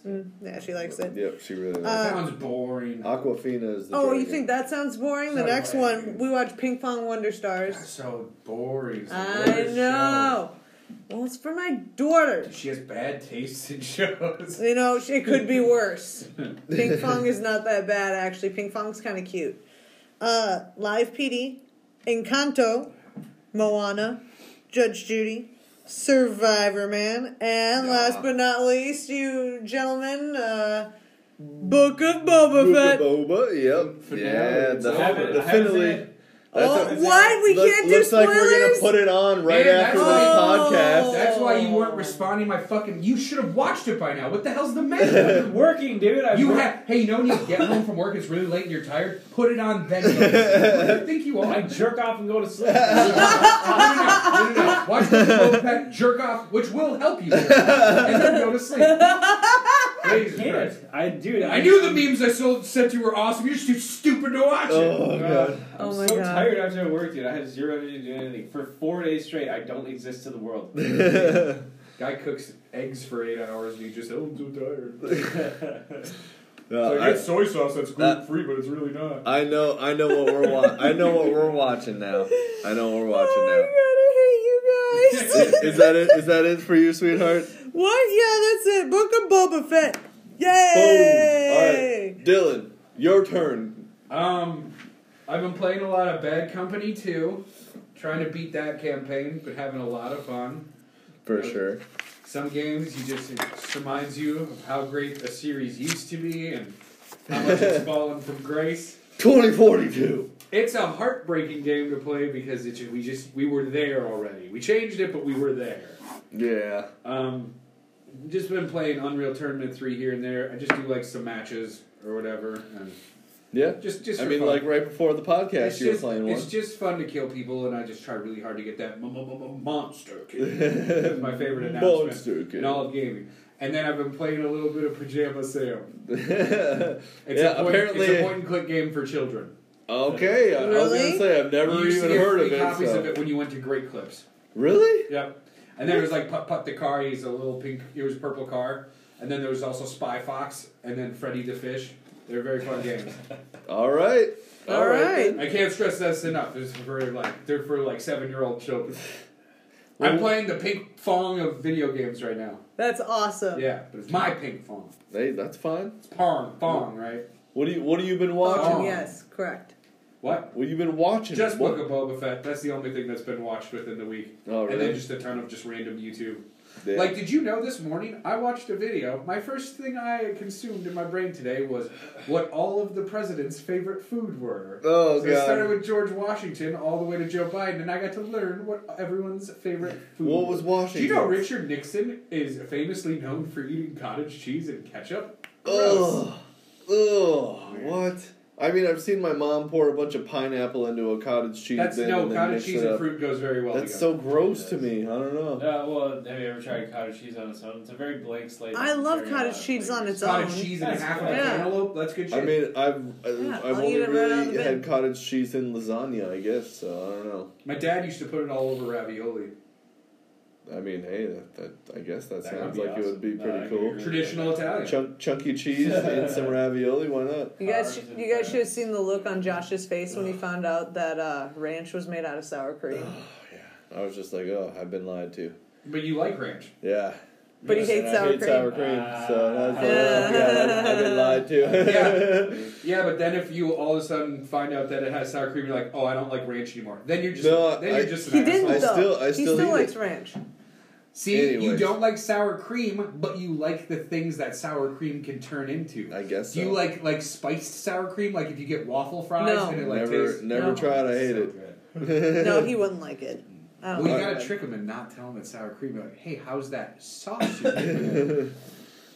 S1: Mm, yeah, she likes it.
S2: Yep, she really likes
S1: Uh,
S3: Sounds boring.
S2: it. Aquafina is the
S1: Oh, you
S2: dragon.
S1: think that sounds boring? The
S3: No
S1: next
S3: way.
S1: one, we watched Ping Pong Wonder Stars.
S3: so boring. It's the
S1: I
S3: worst
S1: know. Well, it's for my daughter.
S3: show. She has bad taste in [laughs] shows.
S1: You know, it could be
S2: [laughs]
S1: worse. Ping pong is not that bad, actually. Ping pong's kind of cute. Uh, Live PD, Encanto, Moana, Judge Judy, Survivor Man, and
S2: Yeah.
S1: last but not least, you gentlemen, uh, Book of Boba
S2: Boba
S1: Fett.
S2: Boba, yep.
S3: Finale.
S2: Yeah,
S3: It's
S2: the,
S3: over.
S2: fin- the
S4: I haven't seen
S2: finale.
S4: it.
S1: oh,
S2: That's a-
S1: what? We
S2: Look-
S1: can't do
S2: looks
S1: spoilers?
S2: like we're gonna put it on right
S3: Man,
S2: after this
S3: that's
S1: like-
S2: podcast.
S3: That's why you weren't responding. My fucking. You should have watched it by now. What the hell's the matter?
S2: [laughs]
S4: I'm working, dude. I'm
S3: You
S4: working.
S3: have. Hey, you know when you get home from work, it's really late and you're tired. Put it on then. What do you think you
S4: I
S3: are? [laughs]
S4: jerk off and go to sleep.
S3: No, no, no. Watch the Boba Fett jerk off, which will help you, and then go to sleep. Jesus Christ.
S4: Can't. I dude.
S3: I knew the memes I sold, sent you were awesome. You're just too stupid to watch it.
S2: Oh god.
S4: I'm
S1: Oh my
S4: so
S1: God.
S4: tired after I worked, dude. I have zero energy to do anything for four days straight. I don't exist to
S1: [laughs]
S4: the world.
S3: Oh, Guy cooks eggs for eight hours, and you just, oh, I'm too tired.
S2: [laughs]
S4: Uh,
S3: Uh,
S2: No, I-
S3: soy sauce that's
S2: that-
S3: free, but it's really not.
S2: I know, I know what we're wa- I know what we're watching now. I know what we're watching now.
S1: Oh my Oh, god, I hate you guys.
S2: [laughs] Is, is that it? Is that it for you, sweetheart?
S1: What? Yeah, that's it. Book of Boba Fett.
S2: Boom!
S1: Yay!
S2: All right, Dylan, your turn.
S3: Um, I've been playing a lot of Bad Company too, trying to beat that campaign, but having a lot of fun.
S2: For sure.
S3: Some games you just it just reminds you of how great a series used to be and
S2: [laughs]
S3: how much it's fallen from grace.
S2: 2042.
S3: It's a heartbreaking game to play because it ju- we just we were there already. We changed it, but we were there.
S2: Yeah.
S3: Um, just been playing Unreal Tournament three here and there. I just do like some matches or whatever, and
S2: Yeah.
S3: just just.
S2: I
S3: for
S2: mean,
S3: fun.
S2: like right before the podcast,
S3: it's
S2: you were
S3: just,
S2: playing
S3: it's
S2: one.
S3: just fun to kill people, and I just try really hard to get that mo- mo- mo- mo- monster kill.
S2: [laughs]
S3: That's
S2: My
S3: my favorite announcement
S2: Monster
S3: in
S2: [laughs] kid.
S3: all of gaming. And then I've been playing a little bit of Pajama Sam. It's
S2: yeah,
S3: a point,
S2: apparently.
S3: it's a point and click game for children.
S2: Okay, I- I was gonna
S1: Really?
S2: say I've never
S3: you used
S2: even
S3: to get
S2: heard
S3: free
S2: of it.
S3: Copies
S2: so-
S3: of it when you went to Great Clips.
S2: Really?
S3: Yep. And then it was like Putt Putt the car. He's a little pink. He was purple car. And then there was also Spy Fox, and then Freddy the Fish. They're very fun games.
S2: All right.
S1: All right.
S3: I can't stress this enough. This is for like they're for like seven year old children. I'm
S2: Well-
S3: playing the pink fong of video games right now.
S1: That's awesome.
S3: Yeah, but it's my pink fong.
S2: Hey, that's fine.
S3: It's pong fong, right?
S2: What do you What have you been
S1: Watching,
S2: watching?
S3: Oh.
S1: yes, correct.
S3: What?
S2: What you been watching?
S3: Oh. Just
S2: what?
S3: Book of Boba Fett. That's the only thing that's been watched within the week,
S2: Oh,
S3: and
S2: really?
S3: then just a ton of just random YouTube.
S2: Yeah.
S3: Like, did you know this morning I watched a video? My first thing I consumed in my brain today was what all of the president's favorite food were.
S2: Oh,
S3: so
S2: God.
S3: It started with George Washington all the way to Joe Biden, and I got to learn what everyone's favorite food
S2: what was
S3: Do
S2: Washington?
S3: you know Richard Nixon is famously known for eating cottage cheese and ketchup? Gross.
S2: Ugh. Ugh. What? I mean, I've seen my mom pour a bunch of pineapple into a cottage cheese.
S3: That's
S2: thing
S3: no
S2: and then
S3: cottage
S2: mix
S3: cheese
S2: it
S3: and
S2: up.
S3: fruit goes very well
S2: That's so
S3: together.
S2: gross to me. I don't know.
S4: Uh, well, have you ever tried cottage cheese on its own? It's a very blank slate.
S1: I
S4: It's
S1: love
S4: very uh,
S1: cottage
S4: odd.
S1: cheese on its own.
S3: cottage cheese and
S4: That's
S3: half of a
S1: good. Yeah.
S3: cantaloupe. That's good shit.
S2: I mean, I've I've,
S1: Yeah,
S2: I've
S1: I'll
S2: only
S1: eat it right out of
S2: really
S1: the bin.
S2: had cottage cheese in lasagna, I guess. So I don't know.
S3: my dad used to put it all over ravioli.
S2: I mean, hey, that, that I guess that,
S4: That would
S2: sounds
S4: be
S2: like it
S4: awesome.
S2: would be
S4: No,
S2: pretty
S4: I agree.
S2: cool.
S3: Traditional Italian.
S2: Chunk, chunky cheese and some ravioli. Why not?
S1: You guys,
S4: Carbs
S1: sh-
S4: and
S1: you guys
S4: fat.
S1: should have seen the look on Josh's face when he found out that uh, ranch was made out of sour
S3: [sighs]
S1: cream.
S2: I was just like, oh, I've been lied to.
S3: But you like ranch.
S2: Yeah.
S1: But he
S2: And
S1: hates
S2: I
S1: sour
S2: hate
S1: cream.
S2: sour cream. so
S1: Ah.
S2: that's like,
S1: [laughs]
S2: oh, God, I've been lied to. [laughs]
S3: Yeah, but then if you all of a sudden find out that it has sour cream, you're like, oh, I don't like ranch anymore. Then you're just
S2: No,
S3: then
S2: I-
S3: you're just an
S1: He
S3: asshole.
S1: didn't
S2: I
S1: though.
S2: still- I
S1: he
S2: still eat
S1: still
S2: it.
S1: likes ranch.
S2: [laughs]
S3: See, you
S2: Anyways.
S3: don't like sour cream, but you like the things that sour cream can turn into.
S2: I guess
S3: Do you
S2: so. [laughs]
S3: like like spiced sour cream? Like if you get waffle fries
S1: No.
S3: and it like
S2: never
S3: tastes.
S2: never
S1: No.
S2: tried. I hate
S3: so
S2: it.
S3: good.
S1: No, he [laughs] wouldn't like it. I don't
S3: Well, you
S1: like
S3: gotta
S1: it.
S3: trick them and not tell them it's sour cream. You're like, hey, how's
S2: [laughs]
S3: that sauce? you made?"
S2: [laughs]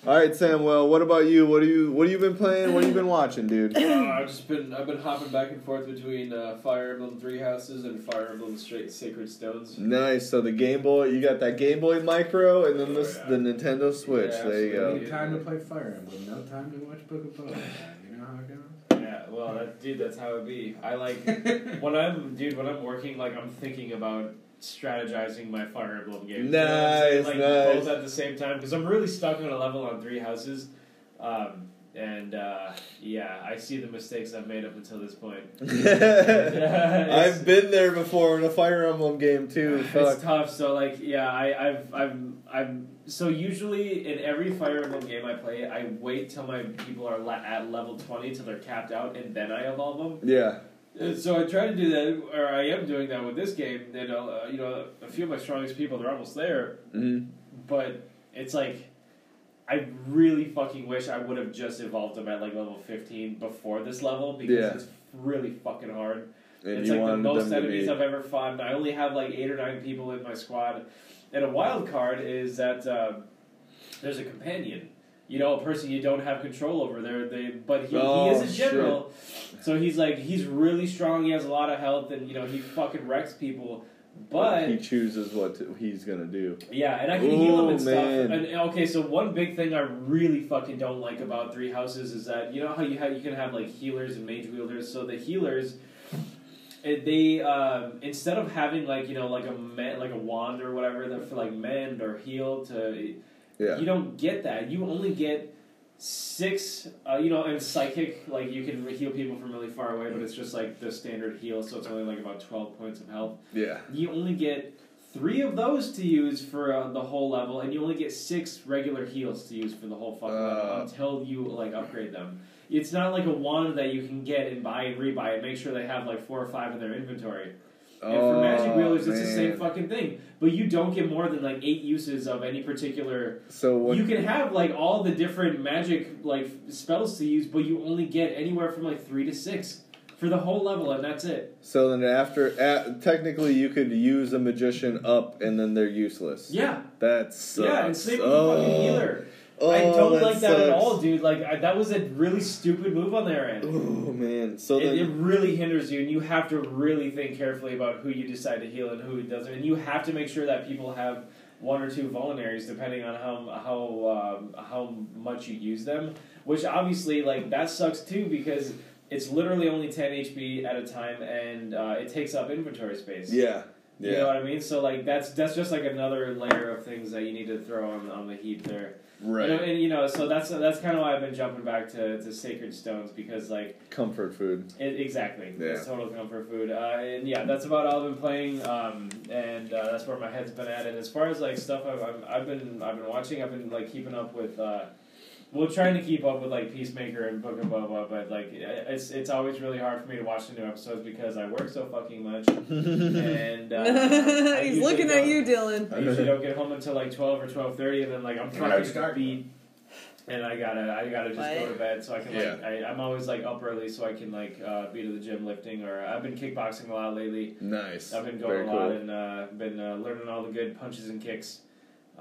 S2: All right, Samwell. What about you? What do you What have you been playing? What have you been watching, dude?
S4: Uh, I've just been I've been hopping back and forth between uh, Fire Emblem Three Houses and Fire Emblem Straight Sacred Stones.
S2: Nice. So the Game Boy, you got that Game Boy Micro, and then
S4: Oh,
S2: this,
S4: yeah.
S2: the Nintendo Switch.
S4: Yeah,
S2: there you go.
S4: absolutely.
S3: Need time to play Fire Emblem, no time to watch Book of Boba. You know how it goes.
S4: Yeah, well, that, dude, that's how it be. I like when I'm dude when I'm working like I'm thinking about strategizing my Fire Emblem game. You know what I'm saying?
S2: Nice,
S4: like
S2: nice.
S4: both at the same time because I'm really stuck on a level on Three Houses, um, and uh, yeah, I see the mistakes I've made up until
S2: [laughs]
S4: this point. [laughs] It's-
S2: I've been there before in a Fire Emblem game too.
S4: It's
S2: Fuck.
S4: tough. So like, yeah, I, I've, I'm, I'm. So usually in every Fire Emblem game I play, I wait till my people are le- at level twenty till they're capped out, and then I evolve
S2: Yeah.
S4: them. Uh, So I try to do that, or I am doing that with this game. And uh, you know, a few of my strongest people, they're almost there,
S2: Mhm.
S4: but it's like. I really fucking wish I would have just evolved them at like level 15 before this level because
S2: Yeah.
S4: it's really fucking hard
S2: And
S4: it's
S2: you
S4: like the
S2: wanted
S4: most
S2: them to
S4: enemies
S2: be.
S4: I've ever fought. and I only have like eight or nine people in my squad. And a wild card is that um there's a companion. You know, a person you don't have control over. There, they, but he,
S2: Oh,
S4: he is a general, so he's like he's really strong. He has a lot of health, and you know he fucking wrecks people. But
S2: he chooses what to, he's gonna do.
S4: yeah, and I can heal him and
S2: Ooh, Oh, man.
S4: stuff. And okay, so one big thing I really fucking don't like about Three Houses is that you know how you have you can have like healers and mage wielders. So the healers, it, they um, instead of having like you know like a ma- like a wand or whatever that for like mend or heal to
S2: Yeah.
S4: you don't get that. You only get six, uh, you know, and psychic, like you can heal people from really far away, but it's just like the standard heal, so it's only like about 12 points of health.
S2: Yeah.
S4: You only get three of those to use for uh, the whole level, and you only get six regular heals to use for the whole fucking level
S2: Uh.
S4: until you like upgrade them. It's not like a wand that you can get and buy and rebuy and make sure they have like four or five in their inventory. And for magic
S2: Oh,
S4: wielders, it's the same
S2: man.
S4: fucking thing. But you don't get more than like eight uses of any particular
S2: So when
S4: you can have like all the different magic like spells to use, but you only get anywhere from like three to six for the whole level, and that's it.
S2: So then after at, technically you could use a magician up and then they're useless.
S4: Yeah,
S2: That sucks.
S4: yeah, and same with
S2: oh.
S4: the fucking healer.
S2: Oh,
S4: I don't
S2: that
S4: like that at
S2: sucks.
S4: all, dude. Like I, that was a really stupid move on their end.
S2: Oh man. So
S4: It,
S2: then
S4: it really hinders you, and you have to really think carefully about who you decide to heal and who doesn't, and you have to make sure that people have one or two vulneraries depending on how how um, how much you use them. Which obviously, like that sucks too because it's literally only ten HP at a time, and uh, it takes up inventory space.
S2: yeah.
S4: You know
S2: Yeah.
S4: what I mean? So like that's that's just like another layer of things that you need to throw on on the heap there.
S2: Right.
S4: And, and you know, so that's that's kind of why I've been jumping back to to sacred stones because like.
S2: Comfort food.
S4: It, exactly.
S2: Yeah.
S4: It's total comfort food. Uh, and yeah, that's about all I've been playing. Um, and uh, that's where my head's been at. And as far as like stuff I've, I've, I've been I've been watching, I've been like keeping up with. Uh, well, trying to keep up with like Peacemaker and Book of Boba, but like it- it's it's always really hard for me to watch the new episodes because I work so fucking
S2: [laughs]
S4: much.
S1: [laughs]
S4: and uh, I
S1: He's
S4: usually
S1: looking at
S2: uh,
S4: don't-
S1: you, Dylan.
S4: I usually don't get home until like twelve or twelve thirty, and then like I'm
S3: Right,
S4: fucking
S3: start.
S4: beat, and I gotta I gotta just go
S1: What?
S4: to bed so I can like I, I'm always like up early so I can like uh, be to the gym lifting or I've been kickboxing a lot lately.
S2: Nice.
S4: I've been going
S2: Very
S4: a lot
S2: cool.
S4: and uh, been uh, learning all the good punches and kicks.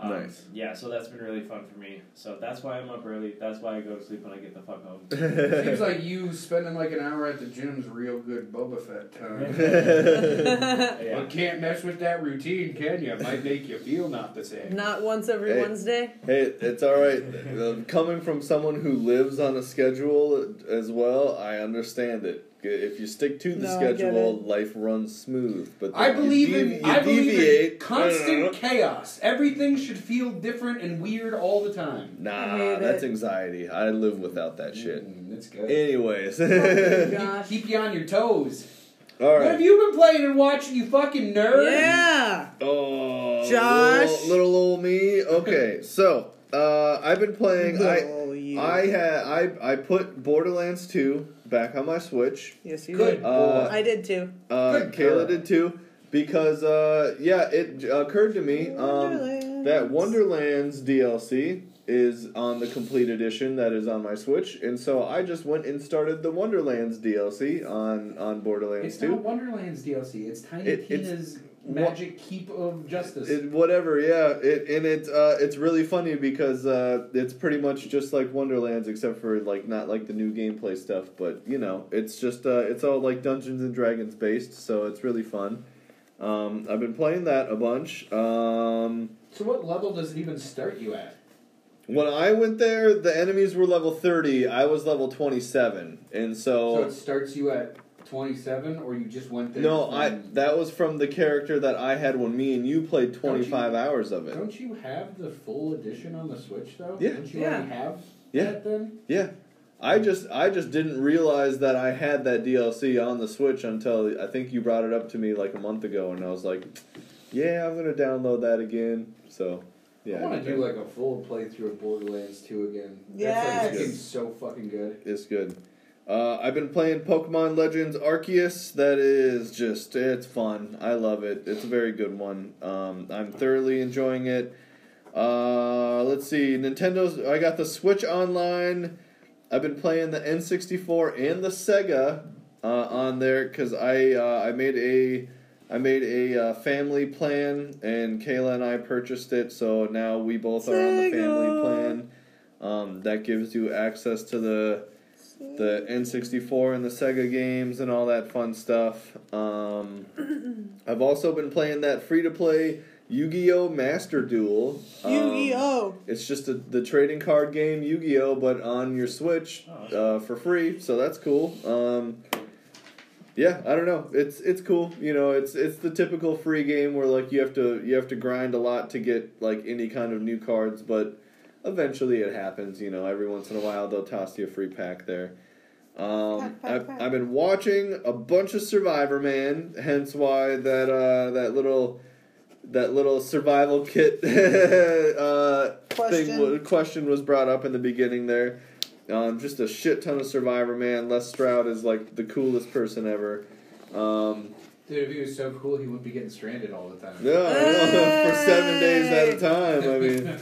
S4: Um,
S2: Nice.
S4: Yeah, so that's been really fun for me. So that's why I'm up early. That's why I go to sleep when I get the fuck home.
S2: [laughs]
S3: Seems like you spending like an hour at the gym's real good Boba Fett time.
S4: Yeah.
S3: But can't mess with that routine, can you? It might make you feel not the same.
S1: Not once every
S2: Hey.
S1: Wednesday.
S2: [laughs] Hey, it's all right. Uh, Coming from someone who lives on a schedule as well, I understand it. If you stick to the
S1: No, I get
S2: schedule,
S1: it.
S2: life runs smooth. But
S3: I
S2: then you
S3: believe
S2: devi-
S3: in
S2: you
S3: I believe in
S2: deviate. [laughs] Uh-huh.
S3: constant chaos. Everything should feel different and weird all the time.
S1: I hate
S2: Nah,
S1: it.
S2: that's anxiety. I live without that shit.
S3: Mm, that's good.
S2: Anyways,
S1: Oh,
S2: all
S1: gosh.
S3: Keep you on your toes.
S2: [laughs]
S3: What have
S2: right.
S3: you been playing and watching, you fucking nerd?
S1: Yeah.
S2: Oh,
S1: Josh.
S2: little, little old me. Okay, so uh, I've been playing. I
S1: Oh, you.
S2: I had I I put Borderlands two back on my Switch.
S1: yes, you
S3: Good
S1: did.
S2: Uh,
S1: I did too.
S2: Uh,
S3: Good girl.
S2: Kayla did too, because uh, yeah, it occurred to me um,
S1: Wonderlands.
S2: that Wonderlands DLC is on the complete edition that is on my Switch, and so I just went and started the Wonderlands DLC on on Borderlands
S3: It's not
S2: Two.
S3: Wonderland's DLC. It's Tiny
S2: It- it's-
S3: Tina's magic keep of justice.
S2: It, whatever, yeah, it, and it's uh, it's really funny because uh, it's pretty much just like Wonderlands, except for like not like the new gameplay stuff, but you know, it's just uh, it's all like Dungeons and Dragons based, so it's really fun. Um, I've been playing that a bunch. Um,
S3: so what level does it even start you at?
S2: when I went there, the enemies were level thirty. I was level twenty seven, and
S3: So
S2: so,
S3: it starts you at 27, or you just went there?
S2: no, I
S3: from-
S2: that was from the character that I had when me and you played twenty five hours of it.
S3: Don't you have the full edition on the Switch though?
S2: Yeah.
S3: Don't you
S1: Yeah.
S3: already have
S2: Yeah.
S3: that then?
S2: Yeah. I just I just didn't realize that I had that DLC on the Switch until I think you brought it up to me like a month ago and I was like, "Yeah, I'm going to download that again." So, yeah.
S3: I want to do like a full playthrough of Borderlands 2 again. That's like,
S1: Yes.
S3: that game's so fucking good.
S2: it's good. Uh, I've been playing Pokemon Legends Arceus. That is just it's fun. I love it. It's a very good one. Um, I'm thoroughly enjoying it. Uh, let's see. Nintendo's. I got the Switch Online. I've been playing the N64 and the Sega uh, on there because I uh, I made a I made a uh, family plan and Kayla and I purchased it. So now we both are on the family
S1: Sega.
S2: plan. Um, that gives you access to the the N64 and the Sega games and all that fun stuff. Um, I've also been playing that free to play Yu-Gi-Oh Master Duel. Um,
S1: Yu-Gi-Oh.
S2: It's just a, the trading card game Yu-Gi-Oh, but on your Switch uh, for free, so that's cool. Um, yeah, I don't know. It's it's cool. You know, it's it's the typical free game where like you have to you have to grind a lot to get like any kind of new cards, but eventually it happens. You know, every once in a while they'll toss you a free pack there. Um,
S1: Pack, pack,
S2: I've,
S1: pack.
S2: I've been watching a bunch of Survivor Man, hence why that uh, that little that little survival kit [laughs] uh,
S1: Question.
S2: thing wa- question was brought up in the beginning there. Um, just a shit ton of Survivor Man. Les Stroud is like the coolest person ever. Um,
S3: Dude, if he was so cool, he wouldn't be getting stranded all the time.
S2: yeah, I know, [laughs] for seven days at a
S1: Hey!
S2: time.
S3: [laughs]
S1: [laughs]
S2: I mean.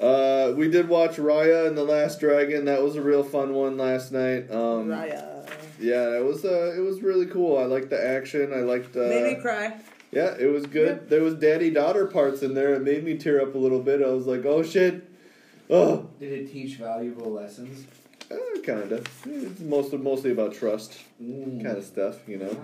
S2: Uh, we did watch Raya and the Last Dragon. That was a real fun one last night. Um,
S1: Raya.
S2: Yeah, that was uh, it was really cool. I liked the action. I liked. Uh,
S1: Made me cry.
S2: Yeah, it was good.
S1: Yep.
S2: There was daddy daughter parts in there. It made me tear up a little bit. I was like, oh shit. Oh,
S3: Did it teach valuable lessons?
S2: eh, kind of. It's mostly mostly about trust
S3: Mm.
S2: kind of stuff, you know.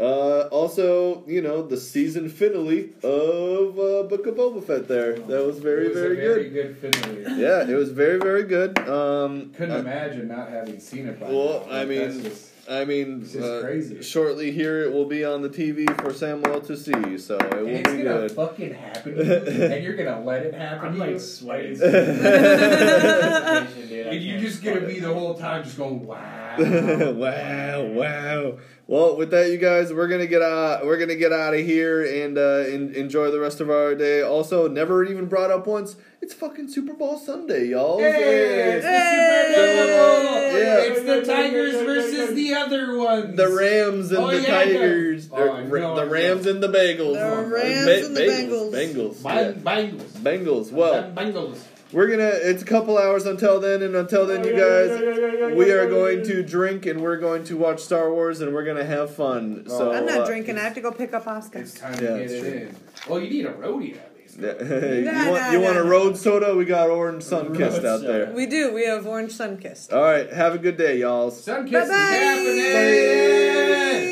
S2: Uh, also, you know, the season finale of uh, Book of Boba Fett. There, that was very
S3: It was
S2: very
S3: a
S2: good.
S3: very good. finale.
S2: Yeah, it was very very good. Um,
S3: Couldn't
S2: I-
S3: imagine not having seen it by
S2: Well,
S3: now.
S2: I mean-
S3: That's just-
S2: I mean,
S3: This is
S2: uh,
S3: crazy.
S2: shortly here it will be on the TV for Samuel to see, so it will
S3: and it's
S2: be
S3: gonna
S2: good.
S3: fucking happen,
S2: [laughs]
S3: to you, and you're gonna let it happen.
S4: I'm
S3: to you, [laughs]
S4: like sweating.
S3: And you're just gonna be the whole time just
S2: [laughs]
S3: going, wow.
S2: wow, wow. Well, with that, you guys, we're gonna get out. We're gonna get out of here and uh, en- enjoy the rest of our day. Also, never even brought up once. It's fucking Super Bowl Sunday, y'all.
S3: Hey, it's the
S1: Hey!
S3: Super Bowl.
S2: Yeah.
S3: It's the Tigers versus the other ones.
S2: The Rams and
S3: Oh,
S2: the
S3: yeah, I know.
S2: Tigers.
S3: Oh,
S2: or
S3: I
S2: Ra-
S3: know, I
S2: the
S3: know.
S2: Rams and the Bagels.
S1: The Rams and the
S2: Bagels.
S1: Bengals.
S2: Bengals.
S3: Ban-
S2: yeah.
S3: Bengals.
S2: Bengals. Well,
S3: Ban- Bengals.
S2: We're gonna. It's a couple hours until then, and until then, you guys, we are going to drink and we're going to watch Star Wars and we're gonna have fun. So
S3: Oh.
S1: I'm not
S2: uh,
S1: drinking. I have to go pick up Oscar.
S3: It's time
S2: Yeah,
S3: to get
S2: it's
S3: it
S2: true.
S3: in. Well, you need a roadie at least.
S4: Sunkiss.
S2: Yeah.
S1: Nah,
S2: [laughs] you want,
S1: nah,
S2: you want a
S1: nah.
S2: road soda? We got orange sun
S4: Road
S2: kissed out
S4: soda.
S2: there.
S1: We do. We have orange sunkissed.
S2: All right, have a good day, y'all.
S3: Sun
S1: Bye
S3: kiss is happening.
S1: bye.